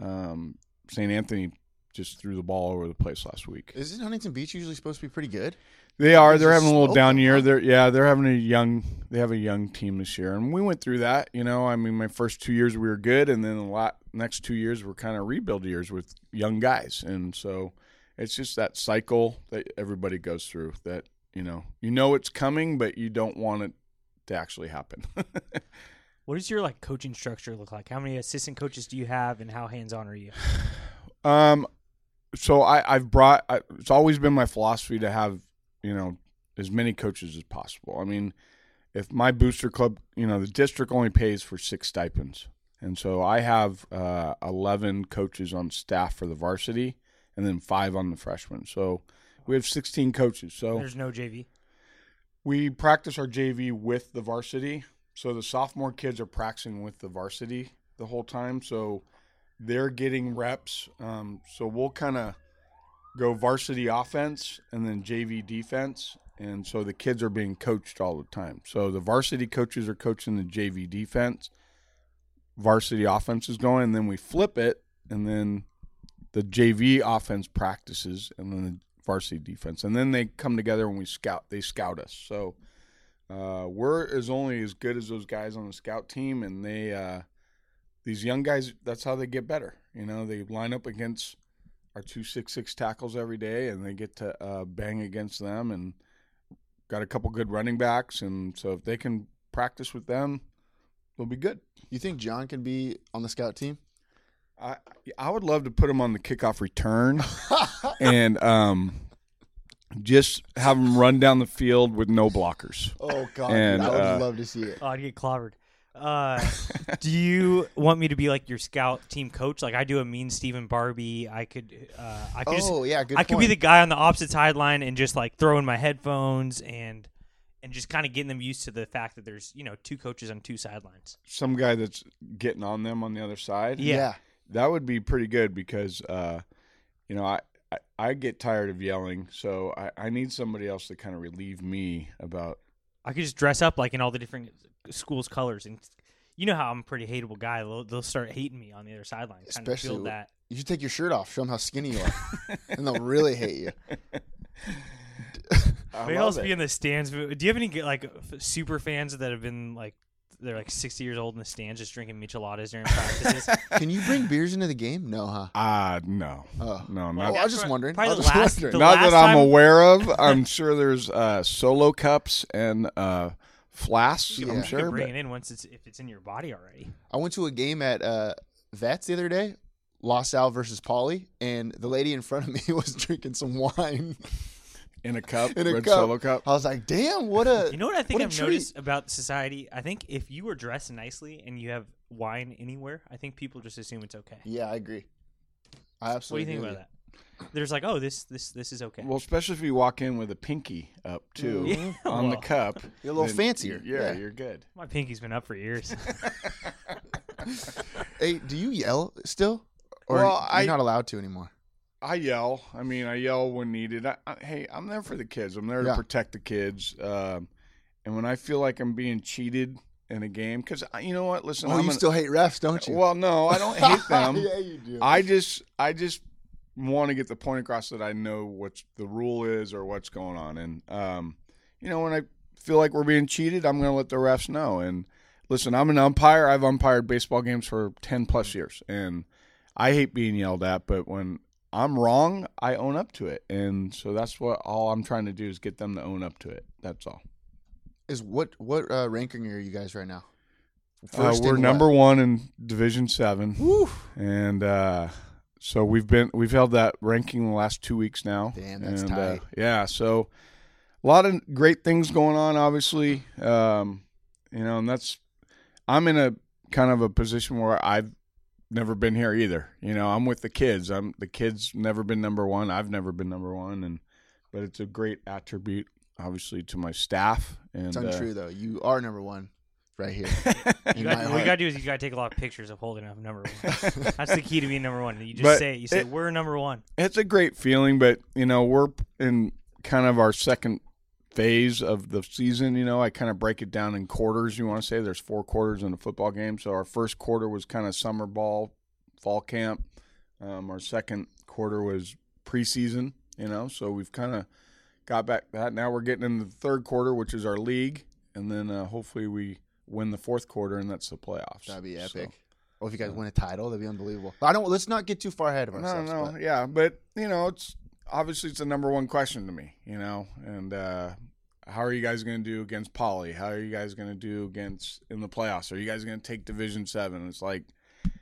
Speaker 5: um, St. Anthony just threw the ball over the place last week.
Speaker 2: Isn't Huntington Beach usually supposed to be pretty good?
Speaker 5: They are. They're
Speaker 2: just
Speaker 5: having a little
Speaker 2: slow
Speaker 5: down year. They're yeah. They're having a young. They have a young team this year, and we went through that. You know, I mean, my first two years we were good, and then the lot next two years were kind of rebuild years with young guys, and so it's just that cycle that everybody goes through. That you know, you know it's coming, but you don't want it to actually happen. <laughs>
Speaker 3: What does your like coaching structure look like? How many assistant coaches do you have, and how hands on are you?
Speaker 5: Um, so I I've brought I, it's always been my philosophy to have you know as many coaches as possible. I mean, if my booster club, you know, the district only pays for six stipends, and so I have uh, eleven coaches on staff for the varsity, and then five on the freshmen. So we have sixteen coaches. So
Speaker 3: There's no JV.
Speaker 5: we practice our JV with the varsity. So the sophomore kids are practicing with the varsity the whole time. So they're getting reps. Um, so we'll kind of go varsity offense and then JV defense. And so the kids are being coached all the time. So the varsity coaches are coaching the JV defense, varsity offense is going, and then we flip it, and then the JV offense practices, and then the varsity defense, and then they come together and we scout. They scout us. So uh, we're as only as good as those guys on the scout team, and they uh, these young guys. That's how they get better. You know, they line up against our two six six tackles every day, and they get to uh, bang against them, and got a couple good running backs, and so if they can practice with them, they'll be good.
Speaker 2: You think John can be on the scout team?
Speaker 5: I I would love to put him on the kickoff return and um just have him run down the field with no blockers.
Speaker 2: Oh
Speaker 3: <laughs>
Speaker 2: God,
Speaker 5: And,
Speaker 2: dude, I would
Speaker 5: uh,
Speaker 2: love to see it.
Speaker 3: Oh, I'd get clobbered.
Speaker 2: <laughs>
Speaker 3: Uh, do you want me to be like your scout team coach? Like I do a mean Stephen Barbie. I could, uh, I could.
Speaker 2: Oh
Speaker 3: just,
Speaker 2: yeah, good.
Speaker 3: I could be the
Speaker 2: point.
Speaker 3: guy on the opposite sideline and just like throw in my headphones and and just kind of getting them used to the fact that there's you know two coaches on two sidelines.
Speaker 5: Some guy that's getting on them on the other side.
Speaker 3: Yeah.
Speaker 2: yeah.
Speaker 5: That would be pretty good because uh you know, I I, I get tired of yelling, so I, I need somebody else to kind of relieve me about
Speaker 3: I could just dress up like in all the different schools' colors and you know how I'm a pretty hateable guy. They'll, they'll start hating me on the other sideline. Kind of
Speaker 2: Especially
Speaker 3: build
Speaker 2: with-
Speaker 3: that.
Speaker 2: You should take your shirt off. Show them how skinny you are,
Speaker 3: <laughs>
Speaker 2: and they'll really hate you.
Speaker 5: I
Speaker 3: Maybe I'll
Speaker 5: love
Speaker 3: just
Speaker 5: it.
Speaker 3: be in the stands. Do you have any like f- super fans that have been like they're like 60 years old in the stands just drinking micheladas during practices?
Speaker 2: Can you bring beers into the game? No, huh?
Speaker 5: Ah, no.
Speaker 2: Oh.
Speaker 5: No,
Speaker 2: Oh, I
Speaker 5: not
Speaker 2: was just wondering. I
Speaker 3: Probably
Speaker 2: was
Speaker 3: the
Speaker 2: just
Speaker 3: last,
Speaker 2: wondering.
Speaker 3: the
Speaker 5: Not
Speaker 3: last
Speaker 5: that I'm
Speaker 3: time-
Speaker 5: aware of. I'm sure there's uh, solo cups and uh, flasks.
Speaker 2: You can-
Speaker 5: I'm
Speaker 2: you
Speaker 3: You can
Speaker 5: sure.
Speaker 3: bring
Speaker 5: but-
Speaker 3: it in once it's if it's in your body already.
Speaker 2: I went to a game at uh, Vets the other day, LaSalle versus Pauley, and the lady in front of me <laughs> was drinking some wine
Speaker 5: in a cup,
Speaker 2: in a
Speaker 5: red
Speaker 2: cup.
Speaker 5: solo cup.
Speaker 2: I was like, "Damn, what a!"
Speaker 3: You know what I think
Speaker 2: a
Speaker 3: I've
Speaker 2: treat.
Speaker 3: noticed about society? I think if you were dressed nicely and you have wine anywhere, I think people just assume it's okay.
Speaker 2: Yeah, I agree. I
Speaker 3: What do you
Speaker 2: absolutely.
Speaker 3: think about
Speaker 2: agree
Speaker 3: that? There's like, oh, this this this is okay.
Speaker 5: Well, especially if you walk in with a pinky up too
Speaker 3: Yeah,
Speaker 5: <laughs> on the
Speaker 3: well.
Speaker 5: cup.
Speaker 2: <laughs> You're a little
Speaker 5: then-
Speaker 2: fancier, yeah.
Speaker 5: Yeah, you're good.
Speaker 3: My pinky's been up for years.
Speaker 2: with that? Hey, do you yell still, or
Speaker 5: Well,
Speaker 2: you're
Speaker 5: I-
Speaker 2: not allowed to anymore?
Speaker 5: I yell. I mean, I yell when needed. I, I, hey, I'm there for the kids. I'm there
Speaker 2: Yeah.
Speaker 5: to protect the kids. Um, and when I feel like I'm being cheated in a game, because you know what? Listen,
Speaker 2: Oh,
Speaker 5: I'm
Speaker 2: you
Speaker 5: an-
Speaker 2: still hate refs, don't you?
Speaker 5: Well, no, I don't
Speaker 2: <laughs>
Speaker 5: hate them.
Speaker 2: yeah, you do.
Speaker 5: I just I just want to get the point across that I know what the rule is or what's going on, and um, you know when I feel like we're being cheated, I'm going to let the refs know. And listen, I'm an umpire. I've umpired baseball games for ten plus years, and I hate being yelled at. But when I'm wrong, I own up to it, and so that's what all I'm trying to do is get them to own up to it. That's all.
Speaker 2: Is what what uh, ranking are you guys right now?
Speaker 5: Uh,
Speaker 2: First
Speaker 5: we're
Speaker 2: in
Speaker 5: number
Speaker 2: what?
Speaker 5: one in Division Seven, and uh, So we've been we've held that ranking the last two weeks now.
Speaker 2: Damn, that's
Speaker 5: And, uh,
Speaker 2: tight.
Speaker 5: yeah, so a lot of great things going on. Obviously, um, you know, and that's I'm in a kind of a position where I've never been here either. You know, I'm with the kids. I'm the kids never been number one. I've never been number one, and but it's a great attribute, obviously, to my staff. And
Speaker 2: It's
Speaker 5: uh,
Speaker 2: untrue though. You are number one, right
Speaker 5: <laughs>
Speaker 2: here. in
Speaker 3: You
Speaker 2: my
Speaker 3: got, what
Speaker 2: heart.
Speaker 3: you got to do is you got to take a lot of pictures of holding up number one. That's the key to being number one. You just
Speaker 5: But
Speaker 3: say it. You say
Speaker 5: it-
Speaker 3: we're number one.
Speaker 5: it's a great feeling, but you know, we're in kind of our second phase of the season. You know, I kind of break it down in quarters. You want to say there's four quarters in a football game. So our first quarter was kind of summer ball, fall camp. Um, our second quarter was preseason. You know, so we've kind of got back that. Now we're getting into the third quarter, which is our league, and then uh, hopefully we win the fourth quarter, and that's the playoffs.
Speaker 2: That'd be
Speaker 5: So-
Speaker 2: epic. Or if you guys win a title, that'd be unbelievable. But I don't. Let's not get too far ahead of
Speaker 5: No,
Speaker 2: ourselves.
Speaker 5: no,
Speaker 2: but
Speaker 5: yeah, but you know, it's obviously it's the number one question to me. You know, and uh, how are you guys going to do against Poly? How are you guys going to do against in the playoffs? Are you guys going to take Division Seven? It's like,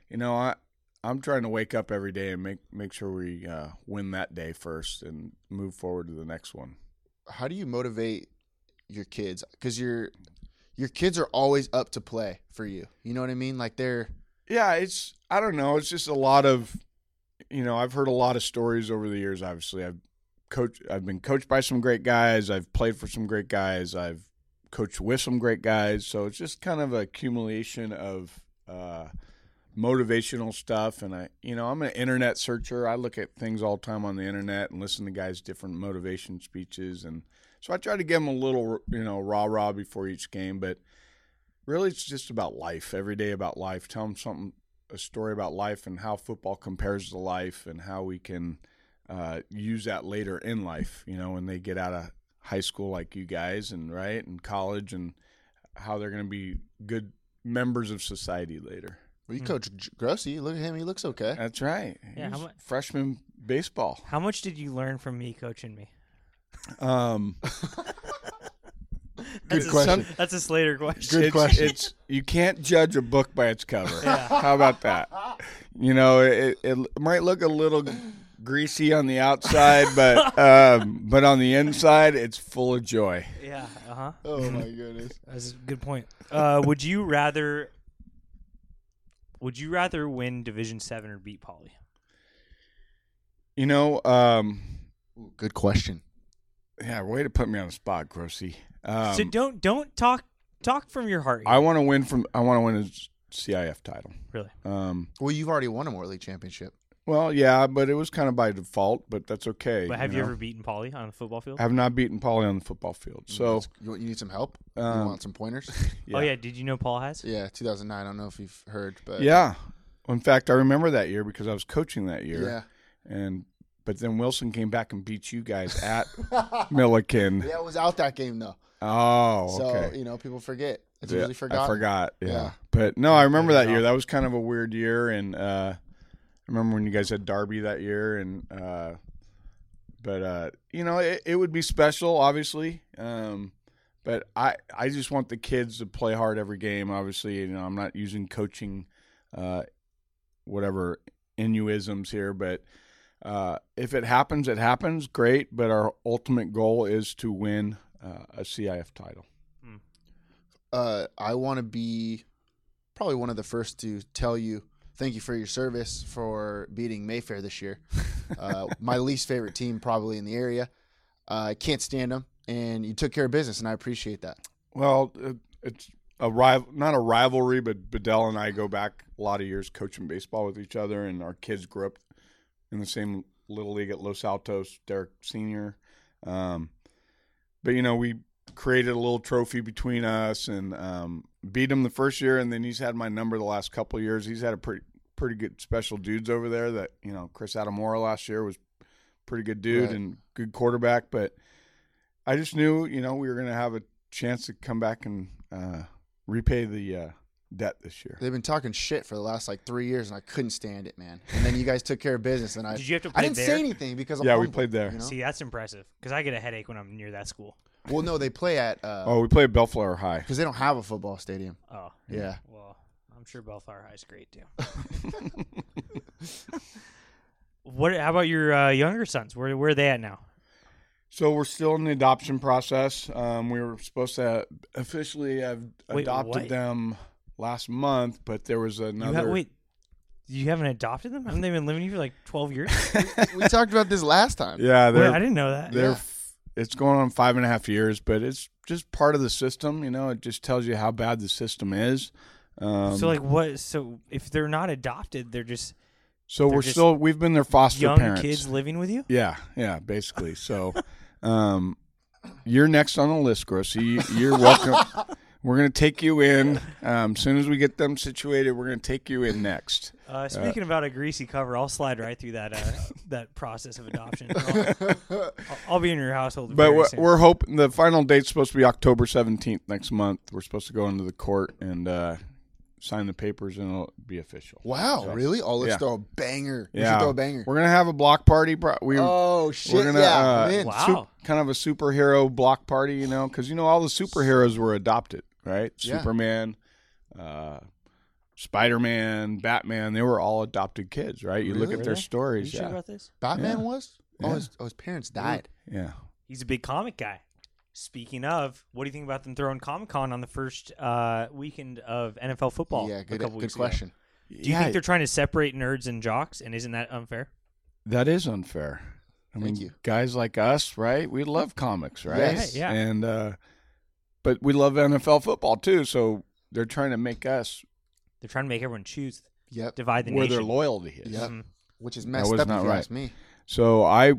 Speaker 5: you know, I I'm trying to wake up every day and make make sure we uh, win that day first and move forward to the next one.
Speaker 2: How do you motivate your kids? Because your your kids are always up to play for you. You know what I mean? Like they're
Speaker 5: Yeah, it's I don't know. It's just a lot of, you know, I've heard a lot of stories over the years. Obviously, I've coached. I've been coached by some great guys. I've played for some great guys. I've coached with some great guys. So it's just kind of an accumulation of uh, motivational stuff. And I, you know, I'm an internet searcher. I look at things all the time on the internet and listen to guys' different motivation speeches. And so I try to give them a little, you know, rah rah before each game, but really it's just about life every day about life tell them something a story about life and how football compares to life and how we can uh, use that later in life you know when they get out of high school like you guys and right and college and how they're going to be good members of society later
Speaker 2: well, you coach G- Grossi. Look at him. He looks okay.
Speaker 5: that's right
Speaker 3: Yeah,
Speaker 5: He's
Speaker 3: how mu-
Speaker 5: freshman baseball
Speaker 3: How much did you learn from me coaching me?
Speaker 5: um
Speaker 3: That's a,
Speaker 2: question.
Speaker 3: That's a Slater question.
Speaker 5: it's,
Speaker 2: question.
Speaker 5: It's you can't judge a book by its cover. <laughs> How about that? You know, it, it might look a little greasy on the outside, <laughs> but um, but on the inside, it's full of joy.
Speaker 3: Yeah. Uh huh.
Speaker 2: Oh my goodness.
Speaker 3: That's a good point. Uh, would you rather? Would you rather win Division Seven or beat Poly?
Speaker 5: You know, um,
Speaker 2: Ooh, good question.
Speaker 5: yeah. Way to put me on the spot, Grossy. Um,
Speaker 3: so don't don't talk talk from your heart. here,
Speaker 5: I want to win from. I want to win a CIF title.
Speaker 3: really.
Speaker 5: Um,
Speaker 2: Well, you've already won a World League championship.
Speaker 5: well, yeah, but it was kind of by default, but that's okay.
Speaker 3: But have you,
Speaker 5: know?
Speaker 3: ever Mm, beaten Poly on the football field?
Speaker 5: I've not beaten Polly on the football field, so
Speaker 2: you, want- you need some help? you
Speaker 5: Oh. Um,
Speaker 2: want some pointers?
Speaker 5: <laughs>
Speaker 3: Oh yeah. Did you know Paul has?
Speaker 2: yeah, 2009. I don't know if you've heard, but
Speaker 5: Yeah. In fact, I remember that year because I was coaching that year.
Speaker 2: yeah,
Speaker 5: And but then Wilson came back and beat you
Speaker 2: <laughs>
Speaker 5: guys at Milliken.
Speaker 2: yeah. It was out that game though,
Speaker 5: Oh,
Speaker 2: so
Speaker 5: okay.
Speaker 2: you know people forget. It's
Speaker 5: Yeah,
Speaker 2: usually forgotten.
Speaker 5: I forgot. Yeah.
Speaker 2: Yeah.
Speaker 5: But no, I remember that year. That was kind of a weird year and uh I remember when you guys had Derby that year and uh but uh you know, it, it would be special obviously. Um but I I just want the kids to play hard every game obviously. You know, I'm not using coaching uh whatever innuisms here, but uh, if it happens, it happens. Great, but our ultimate goal is to win uh, a CIF title.
Speaker 2: uh, I want to be probably one of the first to tell you thank you for your service for beating Mayfair this
Speaker 5: <laughs>
Speaker 2: year. Uh, my least favorite team probably in the area. Uh, I can't stand them, and you took care of business, and I appreciate that.
Speaker 5: Well, it- it's a rival, not a rivalry, but Bedell and I go back a lot of years coaching baseball with each other, and our kids grew up in the same little league at Los Altos. Derek Senior, um, but you know we created a little trophy between us and um, beat him the first year, and then he's had my number the last couple of years. He's had a pretty pretty good special dudes over there. That you know Chris Adamora last year was pretty good dude
Speaker 2: Right.
Speaker 5: and good quarterback, but I just knew you know we were going to have a chance to come back and uh, repay the uh, debt this year.
Speaker 2: They've been talking shit for the last like three years, and I couldn't stand it, man. And then you guys took care of business, and I
Speaker 3: <laughs> Did you have to
Speaker 2: I
Speaker 3: play
Speaker 2: didn't
Speaker 3: there?
Speaker 2: say anything because I'm
Speaker 5: Yeah, we
Speaker 2: humble,
Speaker 5: played there.
Speaker 2: you know?
Speaker 3: See, that's impressive because I get a headache when I'm near that school.
Speaker 2: Well, no, they play at uh 'cause
Speaker 5: Oh, we play at Bellflower High.
Speaker 2: because they don't have a football stadium.
Speaker 3: Oh,
Speaker 2: Yeah.
Speaker 3: Well, I'm sure Bellflower High's great too. What? How about your uh, younger sons? Where where are they at now?
Speaker 5: So we're still in the adoption process. Um, we were supposed to officially have
Speaker 3: Wait,
Speaker 5: adopted
Speaker 3: what?
Speaker 5: them last month, but there was
Speaker 3: You
Speaker 5: another.
Speaker 3: ha- wait, you haven't adopted them? Haven't they been living here for like twelve
Speaker 5: <laughs>
Speaker 3: years?
Speaker 2: <laughs> we talked about this last time.
Speaker 5: Yeah,
Speaker 3: Wait,
Speaker 5: they're,
Speaker 3: I didn't know that.
Speaker 5: they're
Speaker 2: Yeah.
Speaker 5: f- it's going on five and a half years, but it's just part of the system. You know, it just tells you how bad the system is. Um,
Speaker 3: so like what? So if they're not adopted, they're just
Speaker 5: so
Speaker 3: they're
Speaker 5: we're
Speaker 3: just
Speaker 5: still we've been their foster
Speaker 3: young
Speaker 5: parents.
Speaker 3: kids living with you.
Speaker 5: Yeah, yeah, basically. So, um, you're next on the list, Grossy. You- You're welcome. we're gonna take you in. Um, soon as we get them situated, we're gonna take you in next.
Speaker 3: Uh, speaking about a greasy cover, I'll slide right through that
Speaker 5: <laughs>
Speaker 3: uh, that process of adoption. I'll, I'll be in your household.
Speaker 5: But
Speaker 3: very
Speaker 5: we're,
Speaker 3: soon.
Speaker 5: we're hoping the final date's supposed to be October 17th next month. We're supposed to go into the court and uh, sign the papers, and it'll be official.
Speaker 2: Wow, really? Oh, let's
Speaker 5: yeah.
Speaker 2: throw a banger. We should throw a banger.
Speaker 5: We're gonna have a block party. Bro. We
Speaker 2: oh shit!
Speaker 5: we're gonna
Speaker 2: yeah,
Speaker 5: uh,
Speaker 2: I'm in.
Speaker 3: Wow.
Speaker 5: sup- kind of a superhero block party, you know, because you know all the superheroes were adopted, right?
Speaker 2: Yeah.
Speaker 5: Superman, uh, Spider Man, Batman, they were all adopted kids, right? You look
Speaker 2: Really?
Speaker 5: at
Speaker 3: Really?
Speaker 5: their
Speaker 3: Are you
Speaker 5: stories,
Speaker 3: sure
Speaker 5: yeah,
Speaker 3: about this?
Speaker 2: Batman
Speaker 5: Yeah.
Speaker 2: was. Oh, his, oh, his parents died.
Speaker 5: yeah.
Speaker 3: He's a big comic guy. Speaking of, what do you think about them throwing Comic Con on the first uh, weekend of NFL football?
Speaker 2: yeah,
Speaker 3: Oh, a
Speaker 2: good, e-,
Speaker 3: couple
Speaker 2: good
Speaker 3: weeks ago?
Speaker 2: question.
Speaker 3: Do you
Speaker 5: Yeah,
Speaker 3: think they're trying to separate nerds and jocks? And isn't that unfair?
Speaker 5: that is unfair. I mean,
Speaker 2: Thank you.
Speaker 5: guys like us, right? We love comics, right?
Speaker 2: Yes.
Speaker 3: Yeah, yeah.
Speaker 5: And uh, but we love NFL football too, so they're trying to make us
Speaker 3: They're trying to make everyone choose,
Speaker 2: Yep,
Speaker 3: divide the
Speaker 5: where their
Speaker 3: nation.
Speaker 5: loyalty is.
Speaker 2: yep.
Speaker 3: Mhm.
Speaker 2: Which is messed
Speaker 5: was
Speaker 2: up.
Speaker 5: not
Speaker 2: if you
Speaker 5: right.
Speaker 2: ask me.
Speaker 5: So I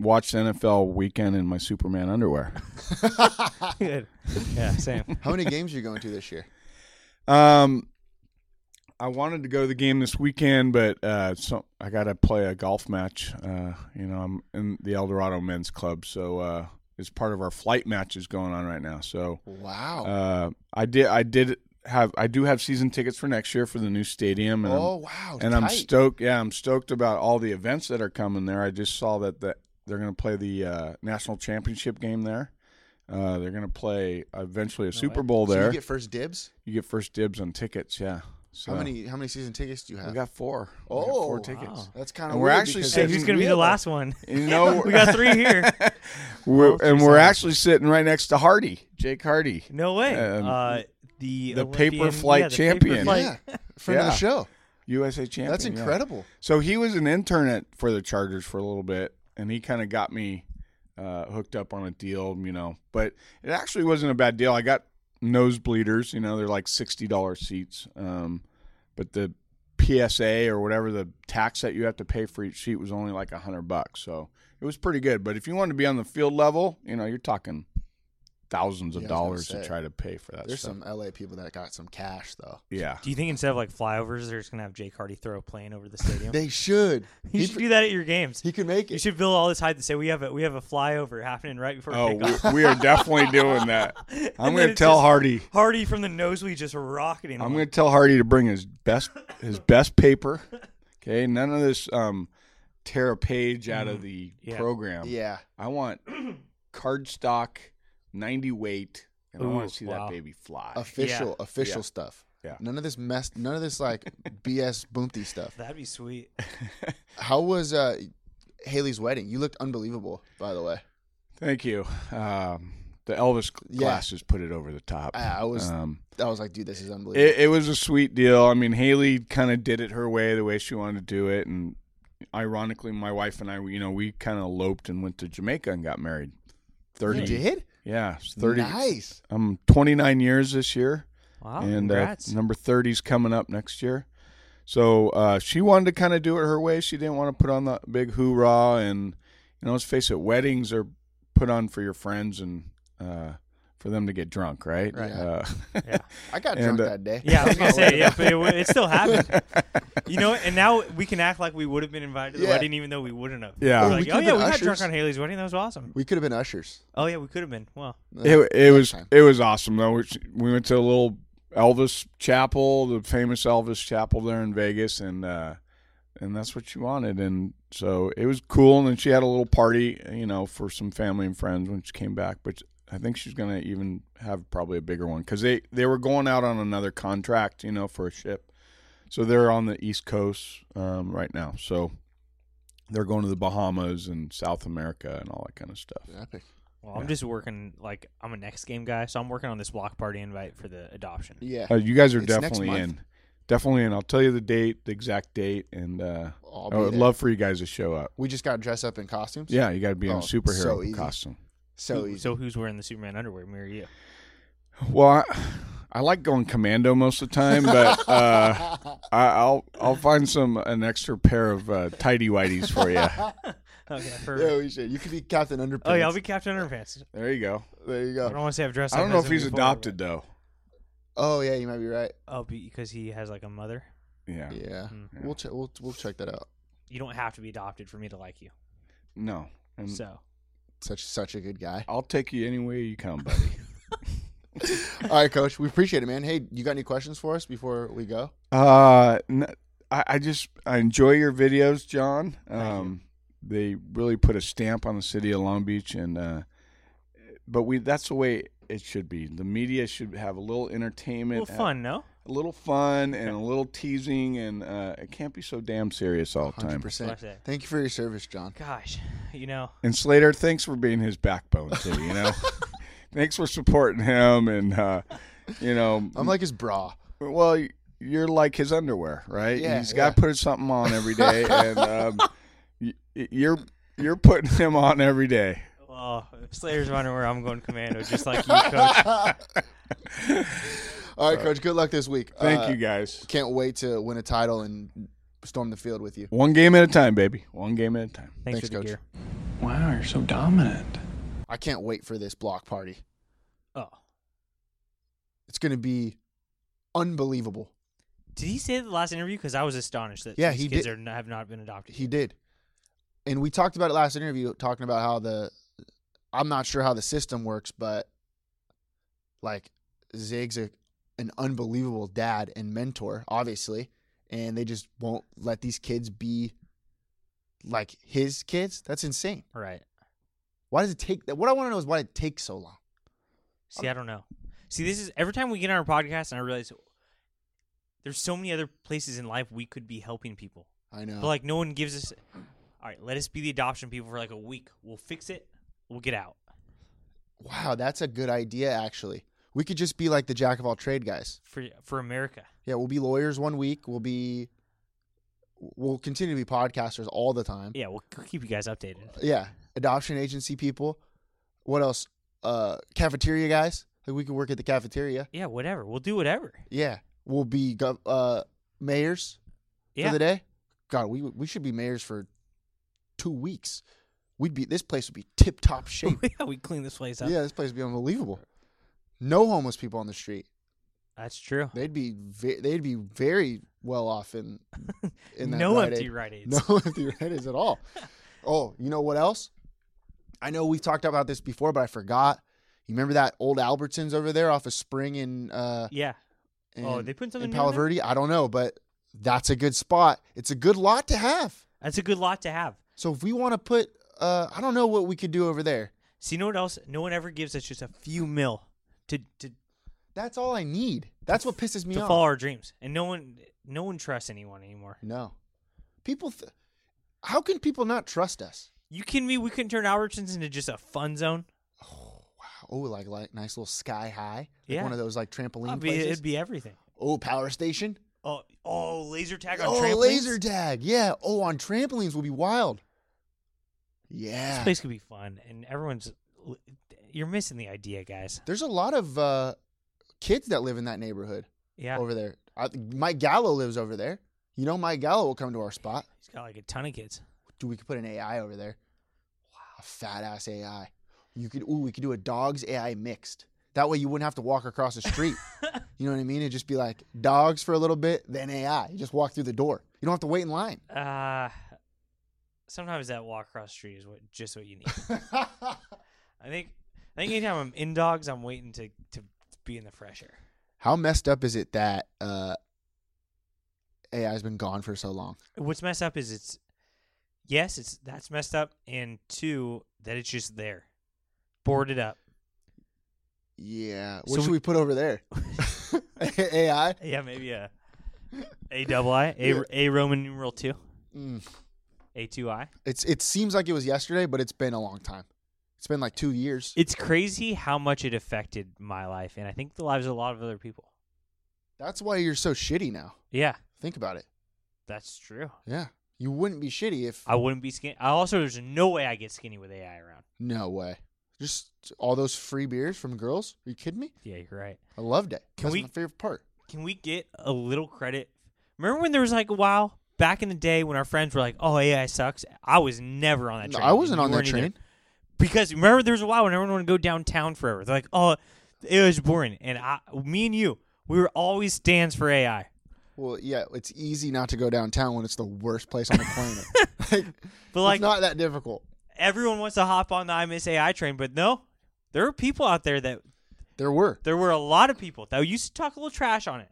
Speaker 5: watched NFL weekend in my Superman underwear.
Speaker 3: Good. <laughs>
Speaker 2: <laughs>
Speaker 3: Yeah, same.
Speaker 2: How many games are you going to this
Speaker 3: <laughs>
Speaker 2: year?
Speaker 5: Um, I wanted to go to the game this weekend, but uh, so I got to play a golf match. Uh, you know, I'm in the El Dorado Men's Club, so uh, it's part of our flight matches going on right now. So
Speaker 2: Wow.
Speaker 5: uh, I did, I did have, I do have season tickets for next year for the new stadium, and I'm-
Speaker 2: oh wow.
Speaker 5: and I'm
Speaker 2: tight.
Speaker 5: stoked. Yeah, I'm stoked about all the events that are coming there. I just saw that the, they're going to play the uh, national championship game there. Uh, they're going to play eventually a Super Bowl
Speaker 2: So
Speaker 5: there.
Speaker 2: you get first dibs.
Speaker 5: You get first dibs on tickets. Yeah. So
Speaker 2: How many? How many season tickets do you
Speaker 5: We
Speaker 2: have?
Speaker 5: got four. We got
Speaker 2: oh,
Speaker 5: four tickets.
Speaker 2: That's kind of.
Speaker 5: And we're actually
Speaker 3: Hey,
Speaker 5: sitting-
Speaker 3: who's going to be the last one? <laughs>
Speaker 5: You know,
Speaker 3: We got three here.
Speaker 5: we're, and we're
Speaker 3: Awesome.
Speaker 5: actually sitting right next to Hardy, Jake Hardy.
Speaker 3: No way.
Speaker 5: Um,
Speaker 3: uh, the
Speaker 5: the
Speaker 3: Olympian-
Speaker 5: paper flight
Speaker 3: yeah, the
Speaker 5: champion.
Speaker 3: Paper flight.
Speaker 2: Yeah, friend of the
Speaker 5: Yeah.
Speaker 2: show.
Speaker 5: USA champion.
Speaker 2: That's
Speaker 5: yeah.
Speaker 2: incredible.
Speaker 5: So he was an intern at, for the Chargers for a little bit, and he kind of got me uh, hooked up on a deal, you know. But it actually wasn't a bad deal. I got nosebleeders, you know, they're like sixty dollars seats, um, but the PSA or whatever the tax that you have to pay for each seat was only like a hundred bucks, so it was pretty good. But if you wanted to be on the field level, you know, you're talking thousands of
Speaker 2: Yeah, I was gonna
Speaker 5: dollars to
Speaker 2: say.
Speaker 5: try to pay for that.
Speaker 2: There's
Speaker 5: stuff.
Speaker 2: some LA people that got some cash though. <laughs>
Speaker 5: yeah.
Speaker 3: Do you think instead of like flyovers, they're just going to have Jake Hardy throw a plane over the stadium?
Speaker 2: They should.
Speaker 3: you
Speaker 2: he,
Speaker 3: should do that at your games.
Speaker 2: he could make
Speaker 3: You
Speaker 2: it.
Speaker 3: should build all this hype to say we have a we have a flyover happening right
Speaker 2: <laughs>
Speaker 3: before
Speaker 5: Oh,
Speaker 3: kickoff.
Speaker 5: we, we are definitely doing that.
Speaker 3: <laughs>
Speaker 5: I'm
Speaker 3: And
Speaker 5: going
Speaker 3: then
Speaker 5: to
Speaker 3: it's
Speaker 5: tell
Speaker 3: just-
Speaker 5: Hardy.
Speaker 3: Hardy from the nosebleed just rocketing.
Speaker 5: I'm
Speaker 3: one.
Speaker 5: going to tell Hardy to bring his best
Speaker 3: <laughs>
Speaker 5: his best paper. Okay, none of this um, tear a page out of the
Speaker 3: Mm-hmm. Yeah.
Speaker 5: program.
Speaker 2: Yeah.
Speaker 5: I
Speaker 3: <clears throat>
Speaker 5: want cardstock, 90 weight, and I
Speaker 3: Ooh,
Speaker 5: want to see
Speaker 3: wow.
Speaker 5: that baby fly.
Speaker 2: Official,
Speaker 3: Yeah.
Speaker 2: official
Speaker 5: Yeah.
Speaker 2: stuff.
Speaker 5: Yeah.
Speaker 2: None of this mess. None of this like BS boomty stuff.
Speaker 3: That'd be
Speaker 5: <laughs>
Speaker 3: sweet.
Speaker 2: How was uh Haley's wedding? You looked unbelievable, by the way.
Speaker 5: Thank you. Um, the Elvis
Speaker 2: Yeah.
Speaker 5: glasses put it over the top.
Speaker 2: I- I was-
Speaker 5: Um,
Speaker 2: I was like, dude, this is unbelievable.
Speaker 5: it, it was a sweet deal. I mean, Haley kind of did it her way, the way she wanted to do it, and ironically, my wife and I, you know, we kind of eloped and went to Jamaica and got married. Thirty,
Speaker 2: you did?
Speaker 5: yeah, it's thirty.
Speaker 2: Nice.
Speaker 5: I'm 29 years this year,
Speaker 3: Wow,
Speaker 5: and uh,
Speaker 3: congrats.
Speaker 5: number 30's coming up next year. So uh, she wanted to kind of do it her way. She didn't want to put on the big hoorah, and you know, let's face it, weddings are put on for your friends and uh, for them to get drunk, right?
Speaker 2: Right.
Speaker 5: Uh, <laughs>
Speaker 2: I got
Speaker 5: And,
Speaker 2: drunk
Speaker 5: uh,
Speaker 2: that day.
Speaker 3: yeah, I was gonna say yeah,
Speaker 5: <laughs>
Speaker 3: but it, wa- it still happened. You know, and now we can act like we would have been invited to the
Speaker 2: Yeah.
Speaker 3: wedding, even though we wouldn't have.
Speaker 5: Yeah.
Speaker 3: We're
Speaker 5: Or
Speaker 3: like,
Speaker 2: we
Speaker 3: oh
Speaker 2: could've
Speaker 3: yeah, we
Speaker 2: been
Speaker 3: got
Speaker 2: ushers.
Speaker 3: drunk on Haley's wedding. That was awesome.
Speaker 2: We could have been ushers.
Speaker 3: Oh yeah, we could have been. Wow.
Speaker 5: it, it was
Speaker 2: time.
Speaker 5: it was awesome though. We- We went to a little Elvis Chapel, the famous Elvis Chapel there in Vegas, and uh, and that's what she wanted, and so it was cool. And then she had a little party, you know, for some family and friends when she came back. But I think she's gonna even have probably a bigger one because they they were going out on another contract, you know, for a ship. So they're on the East Coast um, right now. So They're going to the Bahamas and South America and all that kind of stuff.
Speaker 2: Epic.
Speaker 3: Well, I'm just working like I'm a next game guy, so I'm working on this block party invite for the adoption.
Speaker 2: Yeah.
Speaker 5: Uh, you guys are
Speaker 2: It's next
Speaker 5: definitely
Speaker 2: month.
Speaker 5: in. Definitely in. I'll tell you the date, the exact date, and uh,
Speaker 2: I'll
Speaker 5: I
Speaker 2: be
Speaker 5: would
Speaker 2: there.
Speaker 5: love for you guys to show up.
Speaker 2: We just got to dress up in costumes.
Speaker 5: Yeah, you got to be in
Speaker 2: Oh,
Speaker 5: a
Speaker 2: so
Speaker 5: superhero
Speaker 2: easy.
Speaker 5: costume.
Speaker 2: So
Speaker 3: Who-
Speaker 2: easy.
Speaker 3: so who's wearing the Superman underwear? Me or you?
Speaker 5: Well, I, I like going commando most of the time,
Speaker 2: <laughs>
Speaker 5: but uh, I, I'll I'll find some an extra pair of uh, tidy whities for you.
Speaker 2: <laughs>
Speaker 3: Okay,
Speaker 2: yeah,
Speaker 3: perfect.
Speaker 2: we should. You could be Captain Underpants.
Speaker 3: oh
Speaker 5: <laughs>
Speaker 3: yeah, I'll be Captain Underpants.
Speaker 5: There you go.
Speaker 2: There you
Speaker 3: I don't
Speaker 2: go.
Speaker 3: want to say I've dressed.
Speaker 5: I don't
Speaker 3: up
Speaker 5: know
Speaker 3: as
Speaker 5: if
Speaker 3: him
Speaker 5: he's
Speaker 3: before,
Speaker 5: adopted though.
Speaker 2: Oh yeah, you might be right.
Speaker 3: but- Oh, because he has like a mother.
Speaker 5: Yeah.
Speaker 2: Yeah, we'll check. We'll we'll check that out.
Speaker 3: You don't have to be adopted for me to like you.
Speaker 5: No. And
Speaker 3: So
Speaker 2: Such such a good guy.
Speaker 5: I'll take you any way you come, buddy.
Speaker 2: All right, Coach. We appreciate it, man. Hey, you got any questions for us before we go?
Speaker 5: Uh, n I I I just I enjoy your videos, John. Um, they really put a stamp on the city of Long Beach, and uh, but we that's the way it should be. The media should have a little
Speaker 3: a
Speaker 5: entertainment, uh,
Speaker 3: little fun, no?
Speaker 5: a little fun, and a little teasing, and uh, it can't be so damn serious all the
Speaker 2: Hundred
Speaker 5: time.
Speaker 2: percent.
Speaker 3: Watch that.
Speaker 2: Thank you for your service, John.
Speaker 3: Gosh, you know.
Speaker 5: And Slater, thanks for being his backbone too.
Speaker 3: <laughs>
Speaker 5: You know, thanks for supporting him, and uh, you know,
Speaker 2: I'm like his bra.
Speaker 5: Well, you're like his underwear, right?
Speaker 2: Yeah,
Speaker 5: He's got to put something on
Speaker 2: <laughs>
Speaker 5: every day, and um, y- y- you're you're putting him on every day. <laughs>
Speaker 3: Oh, Slayer's underwear. I'm going commando, just like <laughs> you, Coach.
Speaker 2: All right, Coach. Good luck this week.
Speaker 5: Thank
Speaker 2: Uh,
Speaker 5: you guys.
Speaker 2: Can't wait to win a title and storm the field with you.
Speaker 5: One game at a time, baby. One game at a time.
Speaker 2: Thanks,
Speaker 3: Thanks, for the
Speaker 2: Coach.
Speaker 3: gear.
Speaker 6: Wow, you're so dominant.
Speaker 2: I can't wait for this block party.
Speaker 3: Oh,
Speaker 2: It's going to be unbelievable.
Speaker 3: did he say that last interview? Because I was astonished that
Speaker 2: Yeah,
Speaker 3: these
Speaker 2: he
Speaker 3: kids
Speaker 2: did.
Speaker 3: are not, have not been adopted.
Speaker 2: He did. And we talked about it last interview, talking about how the I'm not sure how the system works, but like Zig's a, an unbelievable dad and mentor, obviously, and they just won't let these kids be like his kids. That's insane.
Speaker 3: right.
Speaker 2: Why does it take that? What I want to know is why it takes so long.
Speaker 3: See, I don't know. See, this is every time we get on our podcast, and I realize there's so many other places in life we could be helping people,
Speaker 2: I know.
Speaker 3: but like no one gives us. All right, let us be the adoption people for like a week. We'll fix it. We'll get out.
Speaker 2: wow, that's a good idea, actually. We could just be like the jack of all trade guys.
Speaker 3: for for America.
Speaker 2: Yeah, we'll be lawyers one week. We'll be, we'll continue to be podcasters all the time.
Speaker 3: Yeah, we'll c- keep you guys updated.
Speaker 2: Yeah, adoption agency people. What else? Uh, cafeteria guys. Like we could work at the cafeteria.
Speaker 3: Yeah, whatever. We'll do whatever.
Speaker 2: Yeah, we'll be gov- uh mayors
Speaker 3: Yeah,
Speaker 2: for the day. God, we we should be mayors for two weeks. We'd be this place would be tip
Speaker 3: <laughs>
Speaker 2: top shape.
Speaker 3: <laughs> yeah, we clean this place up.
Speaker 2: yeah, this place would be unbelievable. No homeless people on the street.
Speaker 3: that's true.
Speaker 2: They'd be ve- they'd be very well off
Speaker 3: <laughs>
Speaker 2: in in that
Speaker 3: no
Speaker 2: Rite
Speaker 3: empty
Speaker 2: Aid.
Speaker 3: Rite Aids.
Speaker 2: No <laughs> empty Rite Aids at all. Oh, you know what else? I know we've talked about this before, but I forgot. You remember that old Albertsons over there off of Spring in uh
Speaker 3: Yeah.
Speaker 2: in,
Speaker 3: oh, they put
Speaker 2: in
Speaker 3: something new in
Speaker 2: Palo
Speaker 3: there?
Speaker 2: Verde? I don't know, but that's a good spot. It's a good lot to have.
Speaker 3: That's a good lot to have.
Speaker 2: So if we want to put uh I don't know what we could do over there.
Speaker 3: See, you know what else? No one ever gives us just a few mil to to,
Speaker 2: That's all I need. That's what pisses me
Speaker 3: to
Speaker 2: off.
Speaker 3: follow our dreams, and no one no one trusts anyone anymore.
Speaker 2: No. People th- How can people not trust us?
Speaker 3: You kidding me? We couldn't turn Albertsons into just a fun zone.
Speaker 2: Oh, like like nice little sky high. Like
Speaker 3: Yeah.
Speaker 2: one of those like trampoline
Speaker 3: It'd be,
Speaker 2: places.
Speaker 3: it'd be everything.
Speaker 2: oh, power station.
Speaker 3: Oh, oh, laser tag on
Speaker 2: oh,
Speaker 3: trampolines.
Speaker 2: laser tag. Yeah. Oh, on trampolines will be wild.
Speaker 3: This
Speaker 2: Yeah.
Speaker 3: place could be fun, and everyone's. You're missing the idea, guys.
Speaker 2: There's a lot of uh, kids that live in that neighborhood
Speaker 3: Yeah,
Speaker 2: over there. I, Mike Gallo lives over there. You know, Mike Gallo will come to our spot.
Speaker 3: he's got like a ton of kids.
Speaker 2: Dude, we could put an AI over there. Wow. A fat ass AI. You could. Ooh, we could do a dogs AI mixed. That way, you wouldn't have to walk across the
Speaker 3: <laughs>
Speaker 2: street. you know what I mean? It'd just be like dogs for a little bit, then AI. You just walk through the door. You don't have to wait in line.
Speaker 3: Uh sometimes that walk across the street is what just what you need. I think I think anytime I'm in dogs, I'm waiting to to be in the fresh air.
Speaker 2: How messed up is it that uh, AI has been gone for so long?
Speaker 3: What's messed up is it's yes, it's that's messed up, and two that it's just there, boarded up.
Speaker 2: Yeah.
Speaker 3: So
Speaker 2: What should we, put over <laughs> there? AI.
Speaker 3: Yeah, maybe a a double I a a Roman numeral two. A2I.
Speaker 2: It's it seems like it was yesterday, but it's been a long time. It's been like two years.
Speaker 3: It's crazy how much it affected my life, and I think the lives of a lot of other people.
Speaker 2: That's why you're so shitty now.
Speaker 3: Yeah,
Speaker 2: Think about it.
Speaker 3: that's true.
Speaker 2: Yeah, you wouldn't be shitty if
Speaker 3: I wouldn't be skinny. I also, there's no way I get skinny with AI around.
Speaker 2: no way. Just all those free beers from girls? Are you kidding me?
Speaker 3: Yeah, you're right.
Speaker 2: I loved it.
Speaker 3: Can
Speaker 2: That's
Speaker 3: we-
Speaker 2: my favorite part.
Speaker 3: Can we get a little credit? Remember when there was like a while back in the day when our friends were like, "Oh, AI sucks." I was never on that
Speaker 2: No,
Speaker 3: train.
Speaker 2: I wasn't
Speaker 3: You
Speaker 2: on that
Speaker 3: weren't either.
Speaker 2: train.
Speaker 3: because remember there was a while when everyone would go downtown forever. They're like, "Oh, it was boring," and I, me and you, we were always stands for AI.
Speaker 2: Well, yeah, it's easy not to go downtown when it's the worst place on the planet. <laughs> like,
Speaker 3: But like,
Speaker 2: it's not that difficult.
Speaker 3: everyone wants to hop on the I Miss AI train, but no, there were people out there that
Speaker 2: There were.
Speaker 3: there were a lot of people that used to talk a little trash on it.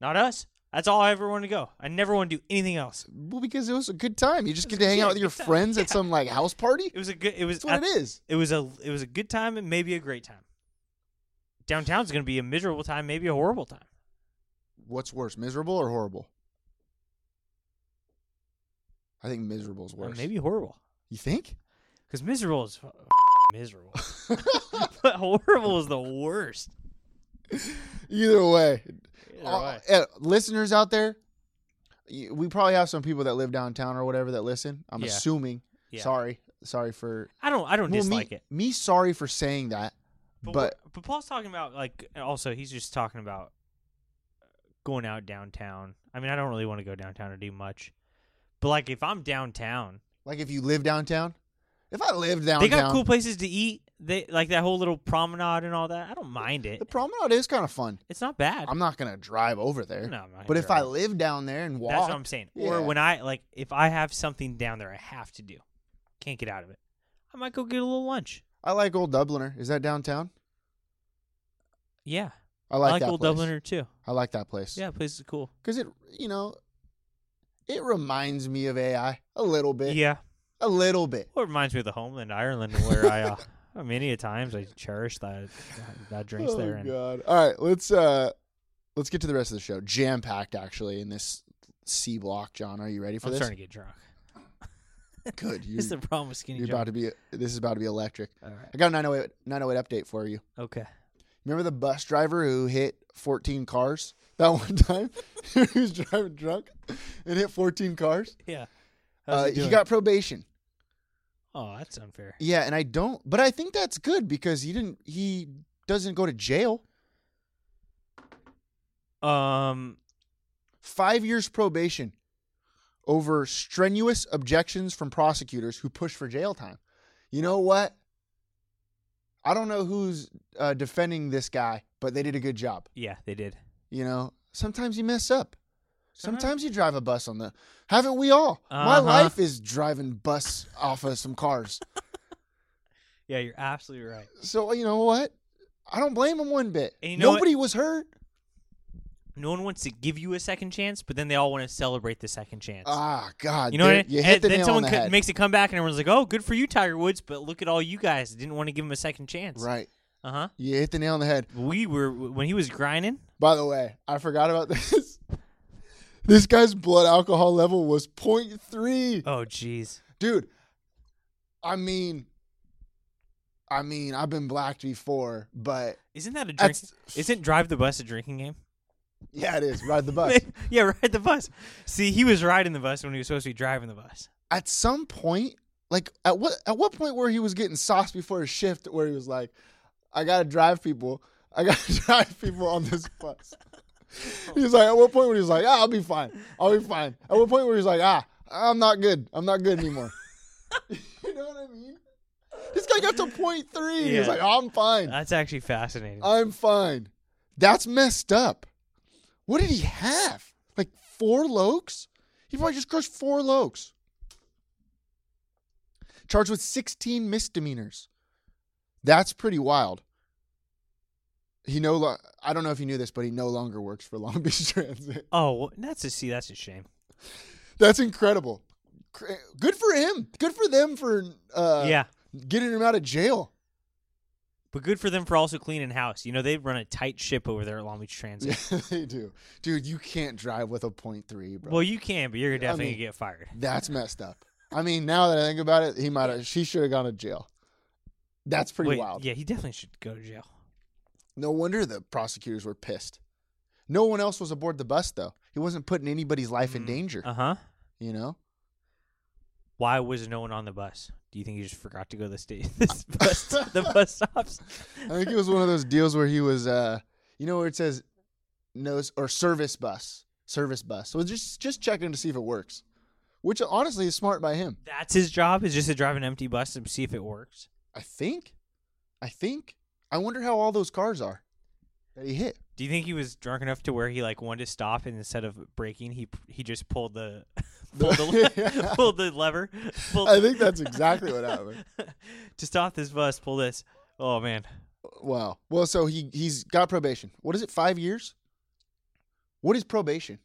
Speaker 3: Not us. That's all I ever wanted to go. I never want to do anything else.
Speaker 2: Well, because it was a good time. You just get to hang
Speaker 3: yeah,
Speaker 2: out with your
Speaker 3: good time.
Speaker 2: friends at
Speaker 3: Yeah.
Speaker 2: some like house party.
Speaker 3: It was a good. It was
Speaker 2: That's what it is.
Speaker 3: It was a it was a good time and maybe a great time. Downtown's going to be a miserable time, maybe a horrible time.
Speaker 2: What's worse, miserable or horrible? I think miserable is
Speaker 3: Or
Speaker 2: worse.
Speaker 3: Uh, maybe horrible.
Speaker 2: you think?
Speaker 3: Because
Speaker 2: <laughs>
Speaker 3: miserable is f- miserable. <laughs> but horrible is the worst.
Speaker 2: Either way,
Speaker 3: Either
Speaker 2: Uh,
Speaker 3: way.
Speaker 2: uh, listeners out there, y- we probably have some people that live downtown or whatever that listen. I'm
Speaker 3: Yeah.
Speaker 2: assuming.
Speaker 3: Yeah.
Speaker 2: Sorry, sorry for.
Speaker 3: I don't I don't
Speaker 2: Well,
Speaker 3: dislike
Speaker 2: me,
Speaker 3: it.
Speaker 2: me sorry for saying that, but,
Speaker 3: we're- but Paul's talking about like and also he's just talking about uh, going out downtown. I mean, I don't really want to go downtown or do much. But like if I'm downtown,
Speaker 2: like if you live downtown, if I lived downtown,
Speaker 3: they got cool places to eat. They like that whole little promenade and all that. I don't mind it.
Speaker 2: the promenade is kind of fun.
Speaker 3: It's not bad.
Speaker 2: I'm not gonna drive over there.
Speaker 3: No, I'm not
Speaker 2: but
Speaker 3: gonna
Speaker 2: if I
Speaker 3: drive.
Speaker 2: live down there and walk,
Speaker 3: That's what I'm saying.
Speaker 2: Yeah.
Speaker 3: Or when I like if I have something down there I have to do. Can't get out of it. I might go get a little lunch.
Speaker 2: I like Old Dubliner. Is that downtown?
Speaker 3: Yeah.
Speaker 2: I like, that
Speaker 3: Old
Speaker 2: place.
Speaker 3: Dubliner too.
Speaker 2: I like that place.
Speaker 3: Yeah, place is cool.
Speaker 2: because it you know, it reminds me of AI a little bit.
Speaker 3: yeah.
Speaker 2: a little bit.
Speaker 3: Well, it reminds me of the homeland Ireland where I
Speaker 2: <laughs>
Speaker 3: uh, many a times I cherish that that drinks
Speaker 2: oh,
Speaker 3: there. And
Speaker 2: God. All right, let's uh let's get to the rest of the show. Jam packed actually in this C block, John. Are you ready for
Speaker 3: I'm
Speaker 2: this?
Speaker 3: starting to get drunk.
Speaker 2: Good. You,
Speaker 3: <laughs> This is the problem with skinny
Speaker 2: you're
Speaker 3: John.
Speaker 2: about to be this is about to be electric.
Speaker 3: All right.
Speaker 2: I got a 908 908 update for you.
Speaker 3: Okay.
Speaker 2: Remember the bus driver who hit 14 cars <laughs> that one time? he was driving drunk and hit 14 cars.
Speaker 3: Yeah. How's
Speaker 2: Uh,
Speaker 3: doing?
Speaker 2: he got probation.
Speaker 3: Oh, that's unfair.
Speaker 2: Yeah, and I don't, but I think that's good because he didn't. He doesn't go to jail.
Speaker 3: Um.
Speaker 2: five years probation over strenuous objections from prosecutors who push for jail time. You know what? I don't know who's uh, defending this guy, but they did a good job.
Speaker 3: Yeah, they did.
Speaker 2: You know, sometimes you mess up. Sometimes you drive a bus on the. Haven't we all? My
Speaker 3: Uh-huh.
Speaker 2: life is driving bus off of some cars.
Speaker 3: Yeah, you're absolutely right.
Speaker 2: So you know what? I don't blame him one bit.
Speaker 3: And you know what?
Speaker 2: Nobody was hurt.
Speaker 3: No one wants to give you a second chance, but then they all want to celebrate the second chance.
Speaker 2: Ah, God.
Speaker 3: you know what I
Speaker 2: there-
Speaker 3: mean?
Speaker 2: You hit
Speaker 3: And
Speaker 2: the
Speaker 3: then
Speaker 2: nail
Speaker 3: someone
Speaker 2: on
Speaker 3: co-
Speaker 2: the head.
Speaker 3: makes a comeback, and everyone's like, "Oh, good for you, Tiger Woods!" But look at all you guys that didn't want to give him a second chance.
Speaker 2: right.
Speaker 3: Uh huh.
Speaker 2: You hit the nail on the head.
Speaker 3: We were when he was grinding.
Speaker 2: By the way, I forgot about <laughs> this. This guy's blood alcohol level was 0.3.
Speaker 3: Oh, jeez.
Speaker 2: Dude, I mean, I mean, I've been blacked before, but
Speaker 3: Isn't that a drink?
Speaker 2: That's-
Speaker 3: <laughs> Isn't drive the bus a drinking game? <laughs>
Speaker 2: yeah, it is. Ride the bus.
Speaker 3: yeah, ride the bus. See, he was riding the bus when he was supposed to be driving the bus.
Speaker 2: at some point, like at what at what point where he was getting sauce before his shift, where he was like, I gotta drive people. I gotta <laughs> drive people on this bus. He was like, at what point where he was like, ah, I'll be fine. I'll be fine. At what point where he was like, ah, I'm not good. I'm not good anymore. <laughs> you know what I mean? This guy got to point three. He was
Speaker 3: Yeah.
Speaker 2: like, I'm fine.
Speaker 3: That's actually fascinating.
Speaker 2: I'm fine. That's messed up. What did he have? Like four lokes? He probably just crushed four lokes. Charged with 16 misdemeanors. That's pretty wild. He no, lo- I don't know if you knew this, but he no longer works for Long <laughs> Beach Transit.
Speaker 3: oh, well, that's a see. That's a shame.
Speaker 2: That's incredible. Cr- Good for him. Good for them for uh,
Speaker 3: yeah,
Speaker 2: getting him out of jail. <laughs>
Speaker 3: but good for them for also cleaning house. You know, they run a tight ship over there at Long Beach Transit.
Speaker 2: Yeah, they do, dude. You can't drive with a point three, bro.
Speaker 3: <laughs> Well, you can, but you're definitely
Speaker 2: mean-
Speaker 3: gonna get fired.
Speaker 2: That's messed up. I mean, now that I think about it, he might have. She should have gone to jail. That's pretty
Speaker 3: Wait,
Speaker 2: wild.
Speaker 3: Yeah, he definitely should go to jail.
Speaker 2: No wonder the prosecutors were pissed. No one else was aboard the bus though. He wasn't putting anybody's life in danger.
Speaker 3: Uh huh.
Speaker 2: You know.
Speaker 3: Why was no one on the bus? Do you think he just forgot to go to the state <laughs> this bus, the
Speaker 2: <laughs>
Speaker 3: bus stops?
Speaker 2: I think it was one of those deals where he was, uh, you know, where it says no or service bus, service bus. So it's just just checking to see if it works, which honestly is smart by him.
Speaker 3: That's his job is just to drive an empty bus and see if it works.
Speaker 2: I think, I think. I wonder how all those cars are that he hit.
Speaker 3: Do you think he was drunk enough to where he like wanted to stop and instead of braking he he just pulled the <laughs> pulled the,
Speaker 2: <laughs> Yeah.
Speaker 3: pulled the lever? Pulled,
Speaker 2: I think
Speaker 3: <laughs>
Speaker 2: that's exactly what happened.
Speaker 3: to stop this bus, pull this. Oh man,
Speaker 2: Wow. Well, so he he's got probation. What is it? Five years. What is probation?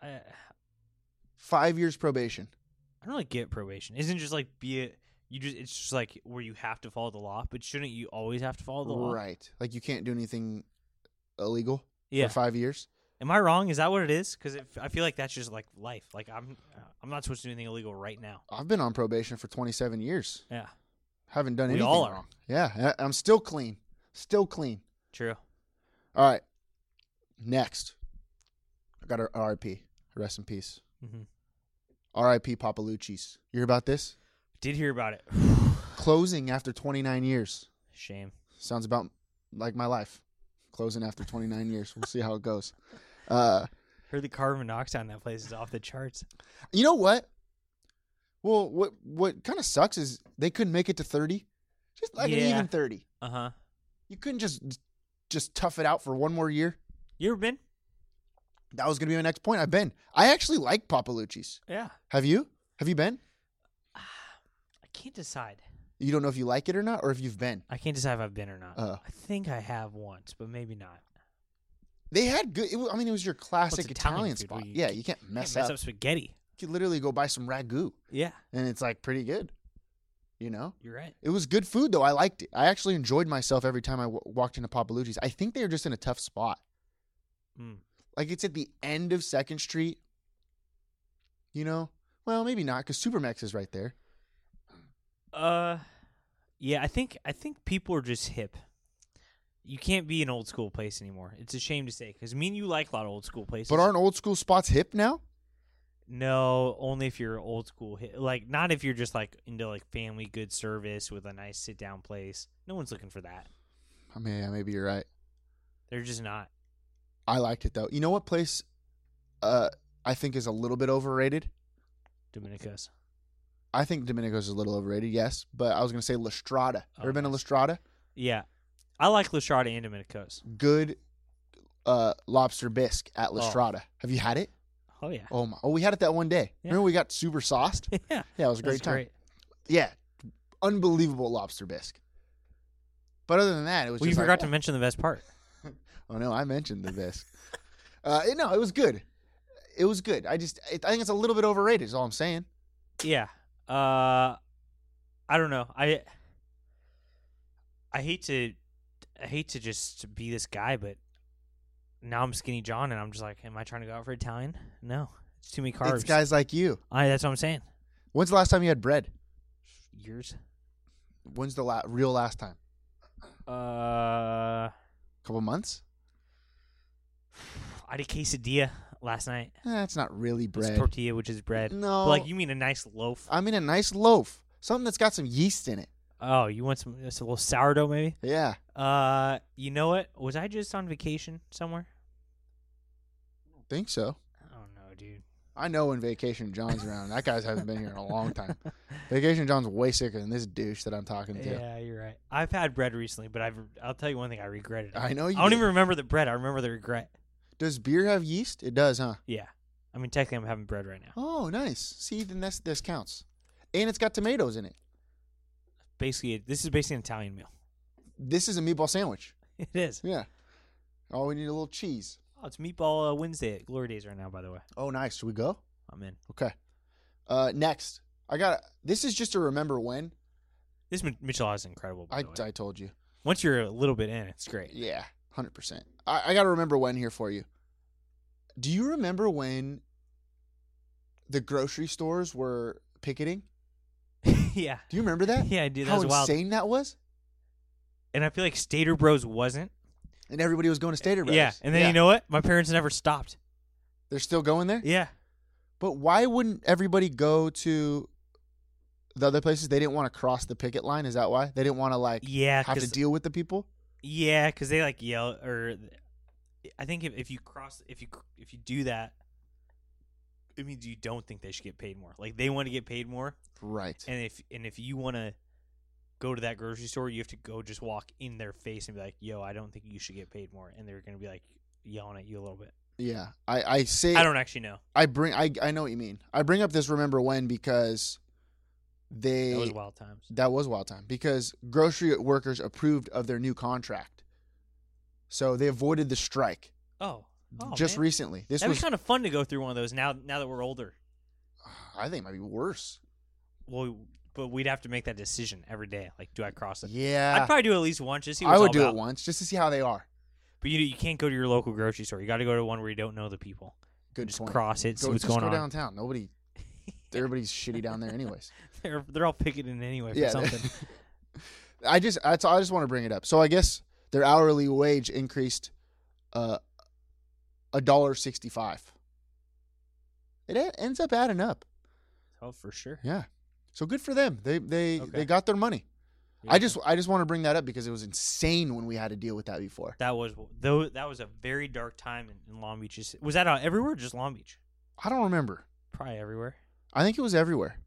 Speaker 3: I, I
Speaker 2: Five years probation.
Speaker 3: don't really get probation. Isn't it just like be it you just it's just like where you have to follow the law, but shouldn't you always have to follow the law?
Speaker 2: Right. Like you can't do anything illegal
Speaker 3: Yeah.
Speaker 2: for five years.
Speaker 3: Am I wrong? Is that what it is? Because I feel like that's just like life. Like I'm, I'm not supposed to do anything illegal right now.
Speaker 2: I've been on probation for 27 years.
Speaker 3: Yeah,
Speaker 2: Haven't done
Speaker 3: We
Speaker 2: anything
Speaker 3: all are.
Speaker 2: wrong. Yeah, I- I'm still clean. Still clean.
Speaker 3: true.
Speaker 2: All right. Next, I got our RIP. Rest in peace.
Speaker 3: Mhm.
Speaker 2: RIP Papalucci's. You hear about this?
Speaker 3: Did hear about it. <sighs>
Speaker 2: Closing after 29 years.
Speaker 3: Shame.
Speaker 2: Sounds about like my life. Closing after 29 years. We'll see how it goes. Uh,
Speaker 3: Heard the carbon monoxide in that place is off the charts.
Speaker 2: you know what? Well, what what kind of sucks is they couldn't make it to 30. Just like
Speaker 3: Yeah.
Speaker 2: an even 30.
Speaker 3: Uh huh.
Speaker 2: You couldn't just just tough it out for one more year.
Speaker 3: You ever been?
Speaker 2: That was gonna be my next point. I've been. I actually like Papalucci's.
Speaker 3: Yeah.
Speaker 2: Have you? Have you been?
Speaker 3: I can't decide.
Speaker 2: You don't know if you like it or not, or if you've been.
Speaker 3: I can't decide if I've been or not.
Speaker 2: Oh.
Speaker 3: I think I have once, but maybe not.
Speaker 2: They had good. It was, I mean, it was your classic
Speaker 3: Well, it's
Speaker 2: Italian,
Speaker 3: food,
Speaker 2: spot.
Speaker 3: well,
Speaker 2: yeah, you can't
Speaker 3: you
Speaker 2: mess,
Speaker 3: mess
Speaker 2: up.
Speaker 3: up spaghetti.
Speaker 2: You could literally go buy some ragu,
Speaker 3: Yeah,
Speaker 2: and it's like pretty good. You know,
Speaker 3: you're right.
Speaker 2: it was good food though. I liked it. I actually enjoyed myself every time I w- walked into Papalucci's. I think they were just in a tough spot.
Speaker 3: Mm.
Speaker 2: Like it's at the end of Second Street. You know, well maybe not because Supermax is right there.
Speaker 3: Uh, yeah. I think I think people are just hip. You can't be an old school place anymore. It's a shame to say because me and you like a lot of old school places.
Speaker 2: But aren't old school spots hip now?
Speaker 3: No, only if you're old school. hi- Like, not if you're just like into like family good service with a nice sit down place. No one's looking for that.
Speaker 2: I mean, yeah, maybe you're right.
Speaker 3: They're just not.
Speaker 2: I liked it though. You know what place uh I think is a little bit overrated?
Speaker 3: Dominicos.
Speaker 2: I think Domenico's is a little overrated, yes. But I was gonna say Lestrada.
Speaker 3: Oh,
Speaker 2: Ever been to
Speaker 3: nice.
Speaker 2: Lestrada?
Speaker 3: Yeah. I like Lustrada and Dominicos.
Speaker 2: Good uh lobster bisque at Lestrada. Have you had it?
Speaker 3: Oh, yeah. <laughs>
Speaker 2: Oh my oh we had it that one day.
Speaker 3: Yeah.
Speaker 2: Remember we got super sauced?
Speaker 3: yeah.
Speaker 2: Yeah, it was a great time.
Speaker 3: That's
Speaker 2: Yeah. Unbelievable lobster bisque. But other than that, it was
Speaker 3: Well, you
Speaker 2: just like,
Speaker 3: forgot
Speaker 2: oh.
Speaker 3: to mention the best part.
Speaker 2: Oh no, I mentioned the bisque. <laughs> uh, it- no, it was good. It was good. I just, it, I think it's a little bit overrated. Is all I'm saying.
Speaker 3: Yeah. Uh, I don't know. I I hate to I hate to just be this guy, but now I'm skinny John, and I'm just like, am I trying to go out for Italian? No, it's too many carbs.
Speaker 2: It's guys like you.
Speaker 3: I, that's what I'm saying.
Speaker 2: When's the last time you had bread?
Speaker 3: Years.
Speaker 2: When's the la- real last time?
Speaker 3: Uh,
Speaker 2: couple months?
Speaker 3: I did quesadilla last night.
Speaker 2: Eh, it's not really
Speaker 3: It's
Speaker 2: bread.
Speaker 3: tortilla, which is bread. But,
Speaker 2: No.
Speaker 3: like you mean a nice loaf?
Speaker 2: I mean, a nice loaf, something that's got some yeast in it.
Speaker 3: oh, you want some? It's a little sourdough, maybe.
Speaker 2: Yeah.
Speaker 3: Uh, you know what? Was I just on vacation somewhere?
Speaker 2: Think so.
Speaker 3: I don't know, dude.
Speaker 2: I know when Vacation John's around. That guy's hasn't been here in a long time. Vacation John's way sicker than this douche that I'm talking to.
Speaker 3: Yeah. you're right. I've had bread recently, but I've I'll tell you one thing. I regretted. it.
Speaker 2: I know you
Speaker 3: I don't
Speaker 2: did.
Speaker 3: even remember the bread. I remember the regret.
Speaker 2: Does beer have yeast? It does, huh?
Speaker 3: Yeah. I mean, technically, I'm having bread right now.
Speaker 2: Oh, nice. See, then this this counts, and it's got tomatoes in it.
Speaker 3: Basically, it- this is basically an Italian meal. <laughs>
Speaker 2: This is a meatball sandwich.
Speaker 3: It is.
Speaker 2: Yeah. Oh, we need a little cheese.
Speaker 3: Oh, it's Meatball uh, Wednesday at Glory Days right now, by the way.
Speaker 2: Oh, nice. Should we go?
Speaker 3: I'm in.
Speaker 2: Okay. Uh, next, I got. This is just to remember when
Speaker 3: This Mi- Michelada is incredible. By
Speaker 2: I,
Speaker 3: the way.
Speaker 2: I told you.
Speaker 3: Once you're a little bit in, it's great.
Speaker 2: Yeah, hundred percent. I, I got to remember when here for you. Do you remember when the grocery stores were picketing.
Speaker 3: <laughs> yeah.
Speaker 2: Do you remember that?
Speaker 3: Yeah, I do. That
Speaker 2: How
Speaker 3: was wild.
Speaker 2: insane that was,
Speaker 3: And I feel like Stater Bros wasn't.
Speaker 2: and everybody was going to Stater Brothers.
Speaker 3: Yeah. And then you know what? My parents never stopped.
Speaker 2: they're still going there.
Speaker 3: Yeah.
Speaker 2: But why wouldn't everybody go to the other places? They didn't want to cross the picket line. Is that why they didn't want to like
Speaker 3: Yeah.
Speaker 2: have to
Speaker 3: 'cause-
Speaker 2: deal with the people?
Speaker 3: Yeah, because they like yell or I think if, if you cross if you cr- if you do that, it means you don't think they should get paid more. Like they want to get paid more,
Speaker 2: Right.
Speaker 3: and if and if you want to go to that grocery store, you have to go just walk in their face and be like, "Yo, I don't think you should get paid more," and they're gonna be like yelling at you a little bit.
Speaker 2: yeah. I I say
Speaker 3: I don't actually know.
Speaker 2: I bring I I know what you mean. I bring up this remember when because they
Speaker 3: That was wild times.
Speaker 2: That was wild time because grocery workers approved of their new contract, so they avoided the strike
Speaker 3: Oh, oh
Speaker 2: just
Speaker 3: man.
Speaker 2: recently. This
Speaker 3: That'd
Speaker 2: was
Speaker 3: be kind of fun to go through one of those now. Now that we're older,
Speaker 2: I think it might be worse.
Speaker 3: well, but we'd have to make that decision every day. Like, do I cross it?
Speaker 2: Yeah,
Speaker 3: I'd probably do it at least once just see. What
Speaker 2: I
Speaker 3: it's
Speaker 2: would
Speaker 3: all
Speaker 2: do
Speaker 3: about.
Speaker 2: it once just to see how they are.
Speaker 3: But you you can't go to your local grocery store. You got to go to one where you don't know the people.
Speaker 2: Good
Speaker 3: just
Speaker 2: point.
Speaker 3: cross it, see
Speaker 2: Go,
Speaker 3: what's
Speaker 2: just
Speaker 3: going
Speaker 2: go
Speaker 3: on.
Speaker 2: downtown.
Speaker 3: <laughs>
Speaker 2: Nobody, everybody's shitty down there, anyways.
Speaker 3: They're they're all picketing anyway for
Speaker 2: Yeah.
Speaker 3: <laughs> something.
Speaker 2: I just that's I just want to bring it up. So I guess their hourly wage increased uh a dollar sixty five. It e- ends up adding up.
Speaker 3: oh, for sure.
Speaker 2: Yeah. So good for them. They they
Speaker 3: Okay.
Speaker 2: they got their money.
Speaker 3: Yeah.
Speaker 2: I just I just want to bring that up because it was insane when we had to deal with that before.
Speaker 3: that was though that was a very dark time in, in Long Beach. Just- Was that out everywhere? Or just Long Beach?
Speaker 2: I don't remember.
Speaker 3: Probably everywhere.
Speaker 2: I think it was everywhere.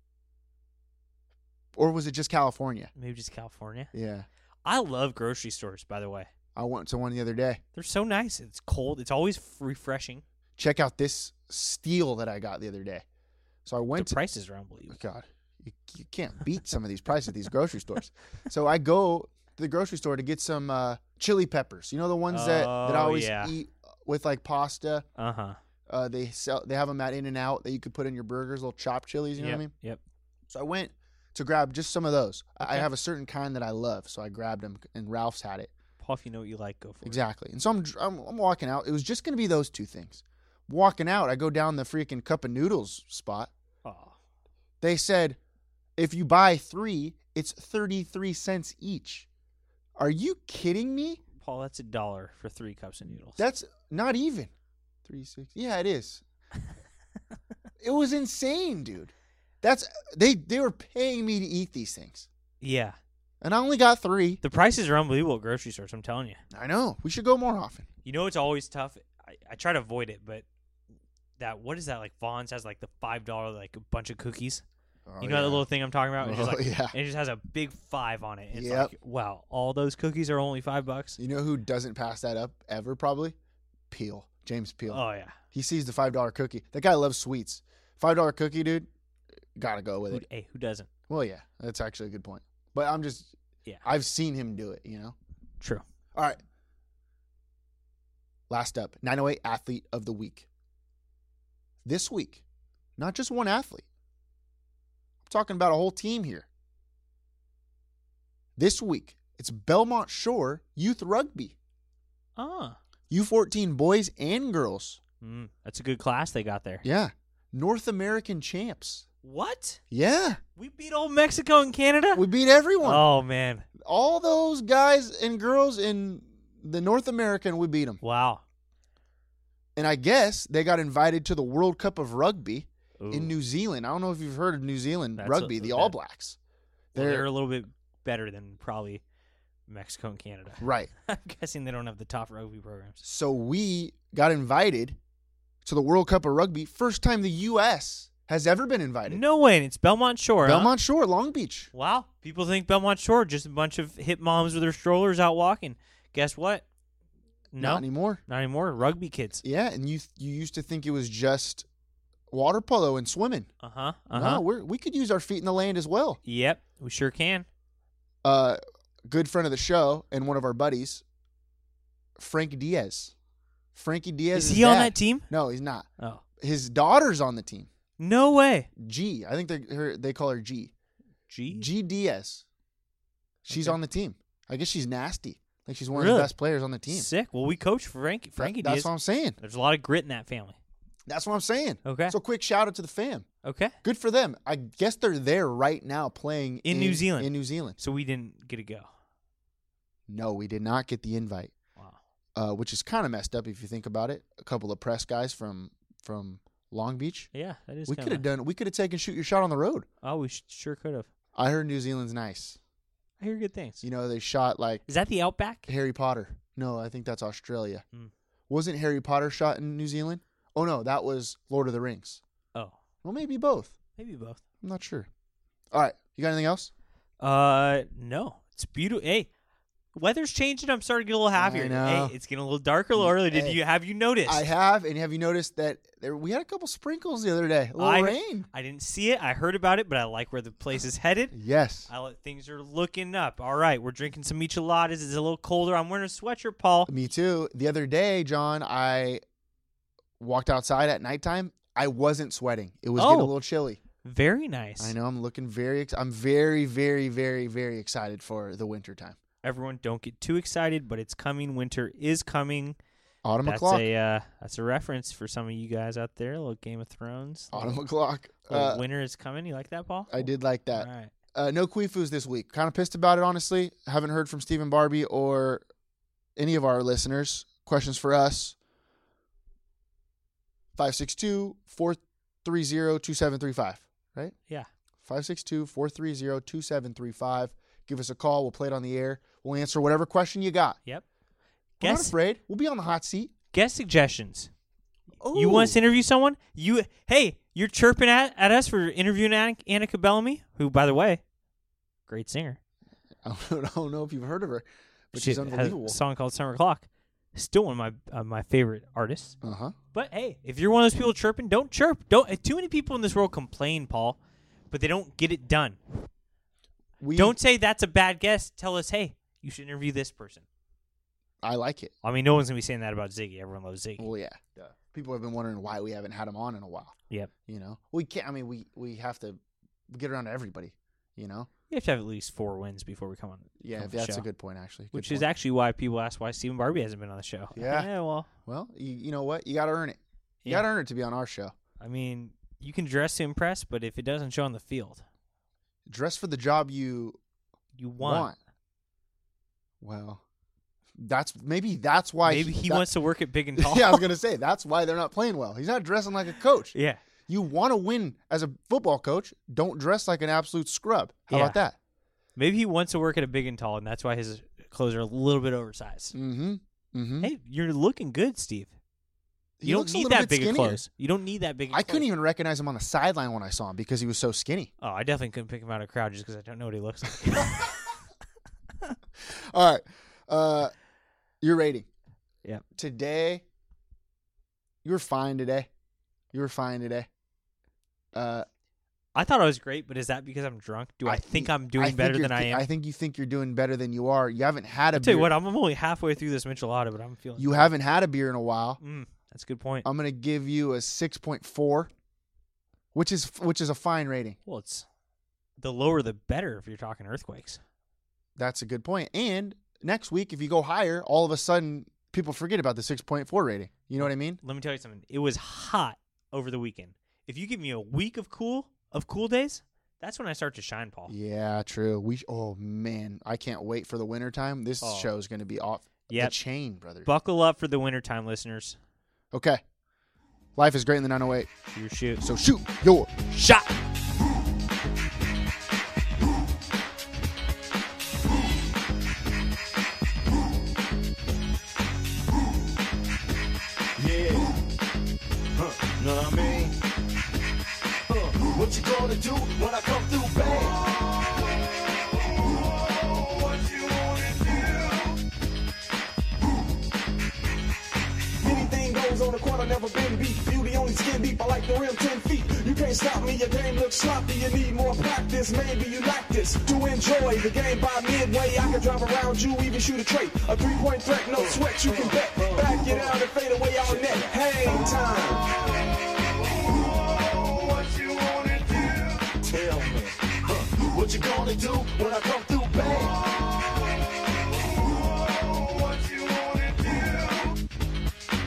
Speaker 2: Or was it just California?
Speaker 3: Maybe just California.
Speaker 2: Yeah.
Speaker 3: I love grocery stores. By the way,
Speaker 2: I went to one the other day.
Speaker 3: they're so nice. It's cold. It's always f- refreshing.
Speaker 2: Check out this steal that I got the other day. So I went
Speaker 3: the
Speaker 2: to
Speaker 3: prices are unbelievable.
Speaker 2: God, you, you can't beat some of these prices at these grocery
Speaker 3: <laughs>
Speaker 2: stores. So I go to the grocery store to get some uh, chili peppers. You know the ones that, that I
Speaker 3: Oh,
Speaker 2: always
Speaker 3: yeah.
Speaker 2: eat with like pasta.
Speaker 3: Uh huh.
Speaker 2: Uh, they sell they have them at In and Out that you could put in your burgers, little chopped chilies. You know
Speaker 3: yep.
Speaker 2: what I mean?
Speaker 3: Yep.
Speaker 2: So I went to grab just some of those. I I have a certain kind that I love, so I grabbed them, and Ralph's had it
Speaker 3: Paul, if you know what you like, go for
Speaker 2: exactly. And so I'm, dr- I'm I'm walking out. It was just gonna be those two things. Walking out, I go down the freaking cup of noodles spot.
Speaker 3: it. Oh,
Speaker 2: They said, if you buy three, it's 33 cents each. Are you kidding me?
Speaker 3: Paul, that's a dollar for three cups of noodles.
Speaker 2: That's not even. 360. Yeah, it
Speaker 3: <laughs>
Speaker 2: is. it was insane, dude. That's they they were paying me to eat these things.
Speaker 3: yeah.
Speaker 2: And I only got 3.
Speaker 3: The prices are unbelievable at grocery stores. I'm telling you.
Speaker 2: I know. We should go more often.
Speaker 3: You know, it's always tough. I, I try to avoid it, but that what is that like? Vaughn's has like the five dollar like a bunch of cookies. you know that little thing I'm talking about? It's just
Speaker 2: Oh, <laughs>
Speaker 3: like,
Speaker 2: yeah.
Speaker 3: It just has a big five on it. It's
Speaker 2: Yep.
Speaker 3: like, wow, all those cookies are only five bucks.
Speaker 2: You know who doesn't pass that up ever probably? Peel. James Peel.
Speaker 3: Oh yeah,
Speaker 2: He sees the $5 cookie. That guy loves sweets. $5 cookie, dude. Got to go with
Speaker 3: who,
Speaker 2: it.
Speaker 3: hey, who doesn't?
Speaker 2: Well, yeah, that's actually a good point. But I'm just,
Speaker 3: Yeah.
Speaker 2: I've seen him do it. You know.
Speaker 3: True.
Speaker 2: All right. Last up, 908 athlete of the week. This week, not just one athlete. I'm talking about a whole team here. This week, it's Belmont Shore Youth Rugby,
Speaker 3: Ah,
Speaker 2: U14 boys and girls.
Speaker 3: mm, that's a good class they got there.
Speaker 2: Yeah, North American champs.
Speaker 3: What?
Speaker 2: Yeah,
Speaker 3: We beat old Mexico and Canada.
Speaker 2: we beat everyone.
Speaker 3: oh man,
Speaker 2: all those guys and girls in the North American, we beat them.
Speaker 3: wow.
Speaker 2: And I guess they got invited to the World Cup of Rugby
Speaker 3: Ooh.
Speaker 2: in New Zealand. I don't know if you've heard of New Zealand
Speaker 3: That's
Speaker 2: rugby,
Speaker 3: a-
Speaker 2: the
Speaker 3: that-
Speaker 2: All Blacks.
Speaker 3: Well,
Speaker 2: They're,
Speaker 3: they're a little bit better than probably Mexico and Canada. <laughs>
Speaker 2: right.
Speaker 3: I'm guessing they don't have the top rugby programs.
Speaker 2: So we got invited to the World Cup of Rugby, first time the U.S. has ever been invited.
Speaker 3: No way, and it's Belmont Shore. huh?
Speaker 2: Belmont Shore, Long Beach.
Speaker 3: Wow, people think Belmont Shore just a bunch of hip moms with their strollers out walking. Guess what? No,
Speaker 2: Not anymore.
Speaker 3: not anymore. Rugby kids.
Speaker 2: Yeah, and you you used to think it was just water polo and swimming.
Speaker 3: Uh huh. Uh huh.
Speaker 2: No, we're, we could use our feet in the land as well.
Speaker 3: Yep, we sure can.
Speaker 2: uh, good friend of the show and one of our buddies, Frank Diaz. Frankie Diaz
Speaker 3: Is he on
Speaker 2: dad-
Speaker 3: that team?
Speaker 2: No, he's not.
Speaker 3: Oh,
Speaker 2: His daughter's on the team.
Speaker 3: no way.
Speaker 2: G. I think they her, they call her G.
Speaker 3: Gee,
Speaker 2: G Diaz. She's
Speaker 3: Okay.
Speaker 2: on the team. I guess she's nasty. Like she's one of
Speaker 3: Really?
Speaker 2: the best players on the team.
Speaker 3: sick. Well, we coach Frankie.
Speaker 2: That-
Speaker 3: Frankie
Speaker 2: that's
Speaker 3: Diaz.
Speaker 2: what I'm saying.
Speaker 3: There's a lot of grit in that family.
Speaker 2: That's what I'm saying.
Speaker 3: Okay.
Speaker 2: So quick shout out to the fam.
Speaker 3: Okay.
Speaker 2: Good for them. I guess they're there right now playing
Speaker 3: In New Zealand.
Speaker 2: In New Zealand.
Speaker 3: So we didn't get to go.
Speaker 2: No, we did not get the invite.
Speaker 3: Wow.
Speaker 2: Uh, which is kind of messed up if you think about it. A couple of press guys from from Long Beach.
Speaker 3: Yeah, that is.
Speaker 2: we could have done. We could have taken shoot your shot on the road.
Speaker 3: Oh, we sh- sure could have.
Speaker 2: I heard New Zealand's nice.
Speaker 3: I hear good things.
Speaker 2: You know, they shot like
Speaker 3: Is that the Outback?
Speaker 2: Harry Potter. No, I think that's Australia.
Speaker 3: Mm.
Speaker 2: Wasn't Harry Potter shot in New Zealand? Oh no, that was Lord of the Rings.
Speaker 3: Oh,
Speaker 2: Well, maybe both.
Speaker 3: maybe both.
Speaker 2: I'm not sure. All right, you got anything else?
Speaker 3: Uh, no, it's beautiful. Hey, weather's changing. I'm starting to get a little happier.
Speaker 2: know.
Speaker 3: Hey, it's getting a little darker a little early. Did
Speaker 2: Hey.
Speaker 3: you have you noticed?
Speaker 2: I have, and have you noticed that there, we had a couple sprinkles the other day? A little
Speaker 3: I-
Speaker 2: rain.
Speaker 3: I didn't see it. I heard about it, but I like where the place is
Speaker 2: <laughs>
Speaker 3: headed.
Speaker 2: Yes.
Speaker 3: I like things are looking up. All right, we're drinking some micheladas. It's a little colder. I'm wearing a sweatshirt, Paul.
Speaker 2: Me too. The other day, John, I walked outside at nighttime. I wasn't sweating. It was getting a
Speaker 3: Oh.
Speaker 2: little chilly.
Speaker 3: Very nice.
Speaker 2: I know. I'm looking very. Ex- I'm very, very, very, very excited for the winter time.
Speaker 3: Everyone, don't get too excited, but it's coming. Winter is coming.
Speaker 2: Autumn
Speaker 3: that's
Speaker 2: o'clock.
Speaker 3: a uh, that's a reference for some of you guys out there. A little Game of Thrones.
Speaker 2: Autumn o'clock.
Speaker 3: Little
Speaker 2: Uh,
Speaker 3: winter is coming. You like that, Paul?
Speaker 2: I did like that.
Speaker 3: All right.
Speaker 2: Uh, no Queefus this week. Kind of pissed about it, honestly. Haven't heard from Stephen Barbie or any of our listeners. Questions for us 562 430 2735, right?
Speaker 3: Yeah.
Speaker 2: 562 430 2735. Give us a call. We'll play it on the air. We'll answer whatever question you got.
Speaker 3: Yep.
Speaker 2: We're not
Speaker 3: Guess
Speaker 2: afraid. We'll be on the hot seat.
Speaker 3: guest suggestions. You want us to
Speaker 2: Ooh.
Speaker 3: interview someone? You hey, you're chirping at, at us for interviewing Anna, Annika Bellamy, who, by the way, great singer.
Speaker 2: I don't- <laughs> I don't know if you've heard of her, but she's
Speaker 3: She has
Speaker 2: unbelievable.
Speaker 3: a song called "Summer Clock." Still one of my uh, my favorite artists.
Speaker 2: Uh huh.
Speaker 3: But hey, if you're one of those people chirping, don't chirp. Don't. uh, Too many people in this world complain, Paul, but they don't get it done.
Speaker 2: We
Speaker 3: Don't say that's a bad guess. Tell us, hey, you should interview this person.
Speaker 2: I like it.
Speaker 3: I mean, no one's gonna be saying that about Ziggy. Everyone loves Ziggy.
Speaker 2: Well, yeah. People have been wondering why we haven't had him on in a while.
Speaker 3: Yep.
Speaker 2: You know, we can't. I mean, we we have to get around to everybody. You know.
Speaker 3: You have to have at least four wins before we come on.
Speaker 2: Yeah,
Speaker 3: come on the
Speaker 2: that's
Speaker 3: show.
Speaker 2: a good point actually. Good
Speaker 3: Oh, Which is
Speaker 2: point.
Speaker 3: actually why people ask why Stephen Barbie hasn't been on the show.
Speaker 2: Yeah.
Speaker 3: well,
Speaker 2: well, you, you know what? You got to earn it. You
Speaker 3: Yeah.
Speaker 2: got to earn it to be on our show.
Speaker 3: I mean, you can dress to impress, but if it doesn't show on the field,
Speaker 2: Dress for the job you
Speaker 3: you want.
Speaker 2: want. Well, that's maybe that's why
Speaker 3: Maybe he
Speaker 2: that- <laughs>
Speaker 3: wants to work at Big and Tall.
Speaker 2: yeah, I was gonna say that's why they're not playing well. He's not dressing like a coach.
Speaker 3: yeah.
Speaker 2: You want to win as a football coach. Don't dress like an absolute scrub. How about
Speaker 3: Yeah.
Speaker 2: that?
Speaker 3: Maybe he wants to work at a Big and Tall, and that's why his clothes are a little bit oversized.
Speaker 2: Mm-hmm. Mm-hmm.
Speaker 3: Hey, you're looking good, Steve.
Speaker 2: He
Speaker 3: you don't
Speaker 2: looks a
Speaker 3: need
Speaker 2: little bit
Speaker 3: that big of
Speaker 2: skinnier.
Speaker 3: clothes. You don't need that big. of
Speaker 2: I couldn't
Speaker 3: clothes.
Speaker 2: even recognize him on the sideline when I saw him because he was so skinny.
Speaker 3: Oh, I definitely couldn't pick him out of a crowd just because I don't know what he looks like.
Speaker 2: <laughs> All right. Uh your rating.
Speaker 3: Yep.
Speaker 2: Today you were fine today. You were fine today. Uh
Speaker 3: I thought I was great, but is that because I'm drunk? Do I, think I'm doing
Speaker 2: think
Speaker 3: better
Speaker 2: you're
Speaker 3: than I
Speaker 2: thi-
Speaker 3: am?
Speaker 2: I think you think you're doing better than you are. You haven't had a
Speaker 3: tell
Speaker 2: beer.
Speaker 3: you what, I'm only halfway through this Michelada, but I'm feeling.
Speaker 2: you haven't had a beer in a while.
Speaker 3: Mm, that's a good point.
Speaker 2: I'm going to give you a 6.4, which is which is a fine rating.
Speaker 3: well, it's the lower the better if you're talking earthquakes.
Speaker 2: That's a good point. And next week if you go higher, all of a sudden people forget about the 6.4 rating. You know what I mean?
Speaker 3: Let me tell you something. It was hot over the weekend. If you give me a week of cool of cool days, that's when I start to shine, Paul.
Speaker 2: Yeah, true. We sh- oh man, I can't wait for the winter time. This
Speaker 3: Oh.
Speaker 2: show is going to be off the
Speaker 3: Yep.
Speaker 2: chain, brother.
Speaker 3: Buckle up for the wintertime, listeners.
Speaker 2: okay. Life is great in the 908.
Speaker 3: Shoot Your shoot.
Speaker 2: So shoot your shot.
Speaker 7: Yeah. Huh. Know what I mean? Huh. What you gonna do when I come through bang? what you wanna do? Anything goes on the court, I never been beat. Beauty only skin deep, I like the rim 10 feet. You can't stop me, your game looks sloppy. You need more practice, maybe you like this. To enjoy the game by midway, I can drive around you, even shoot a trait. A three point threat, no sweat, you can bet. Back it out and fade away all net. Hang time. Tell me, huh, what you gonna do when I come through, babe?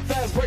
Speaker 7: Fast break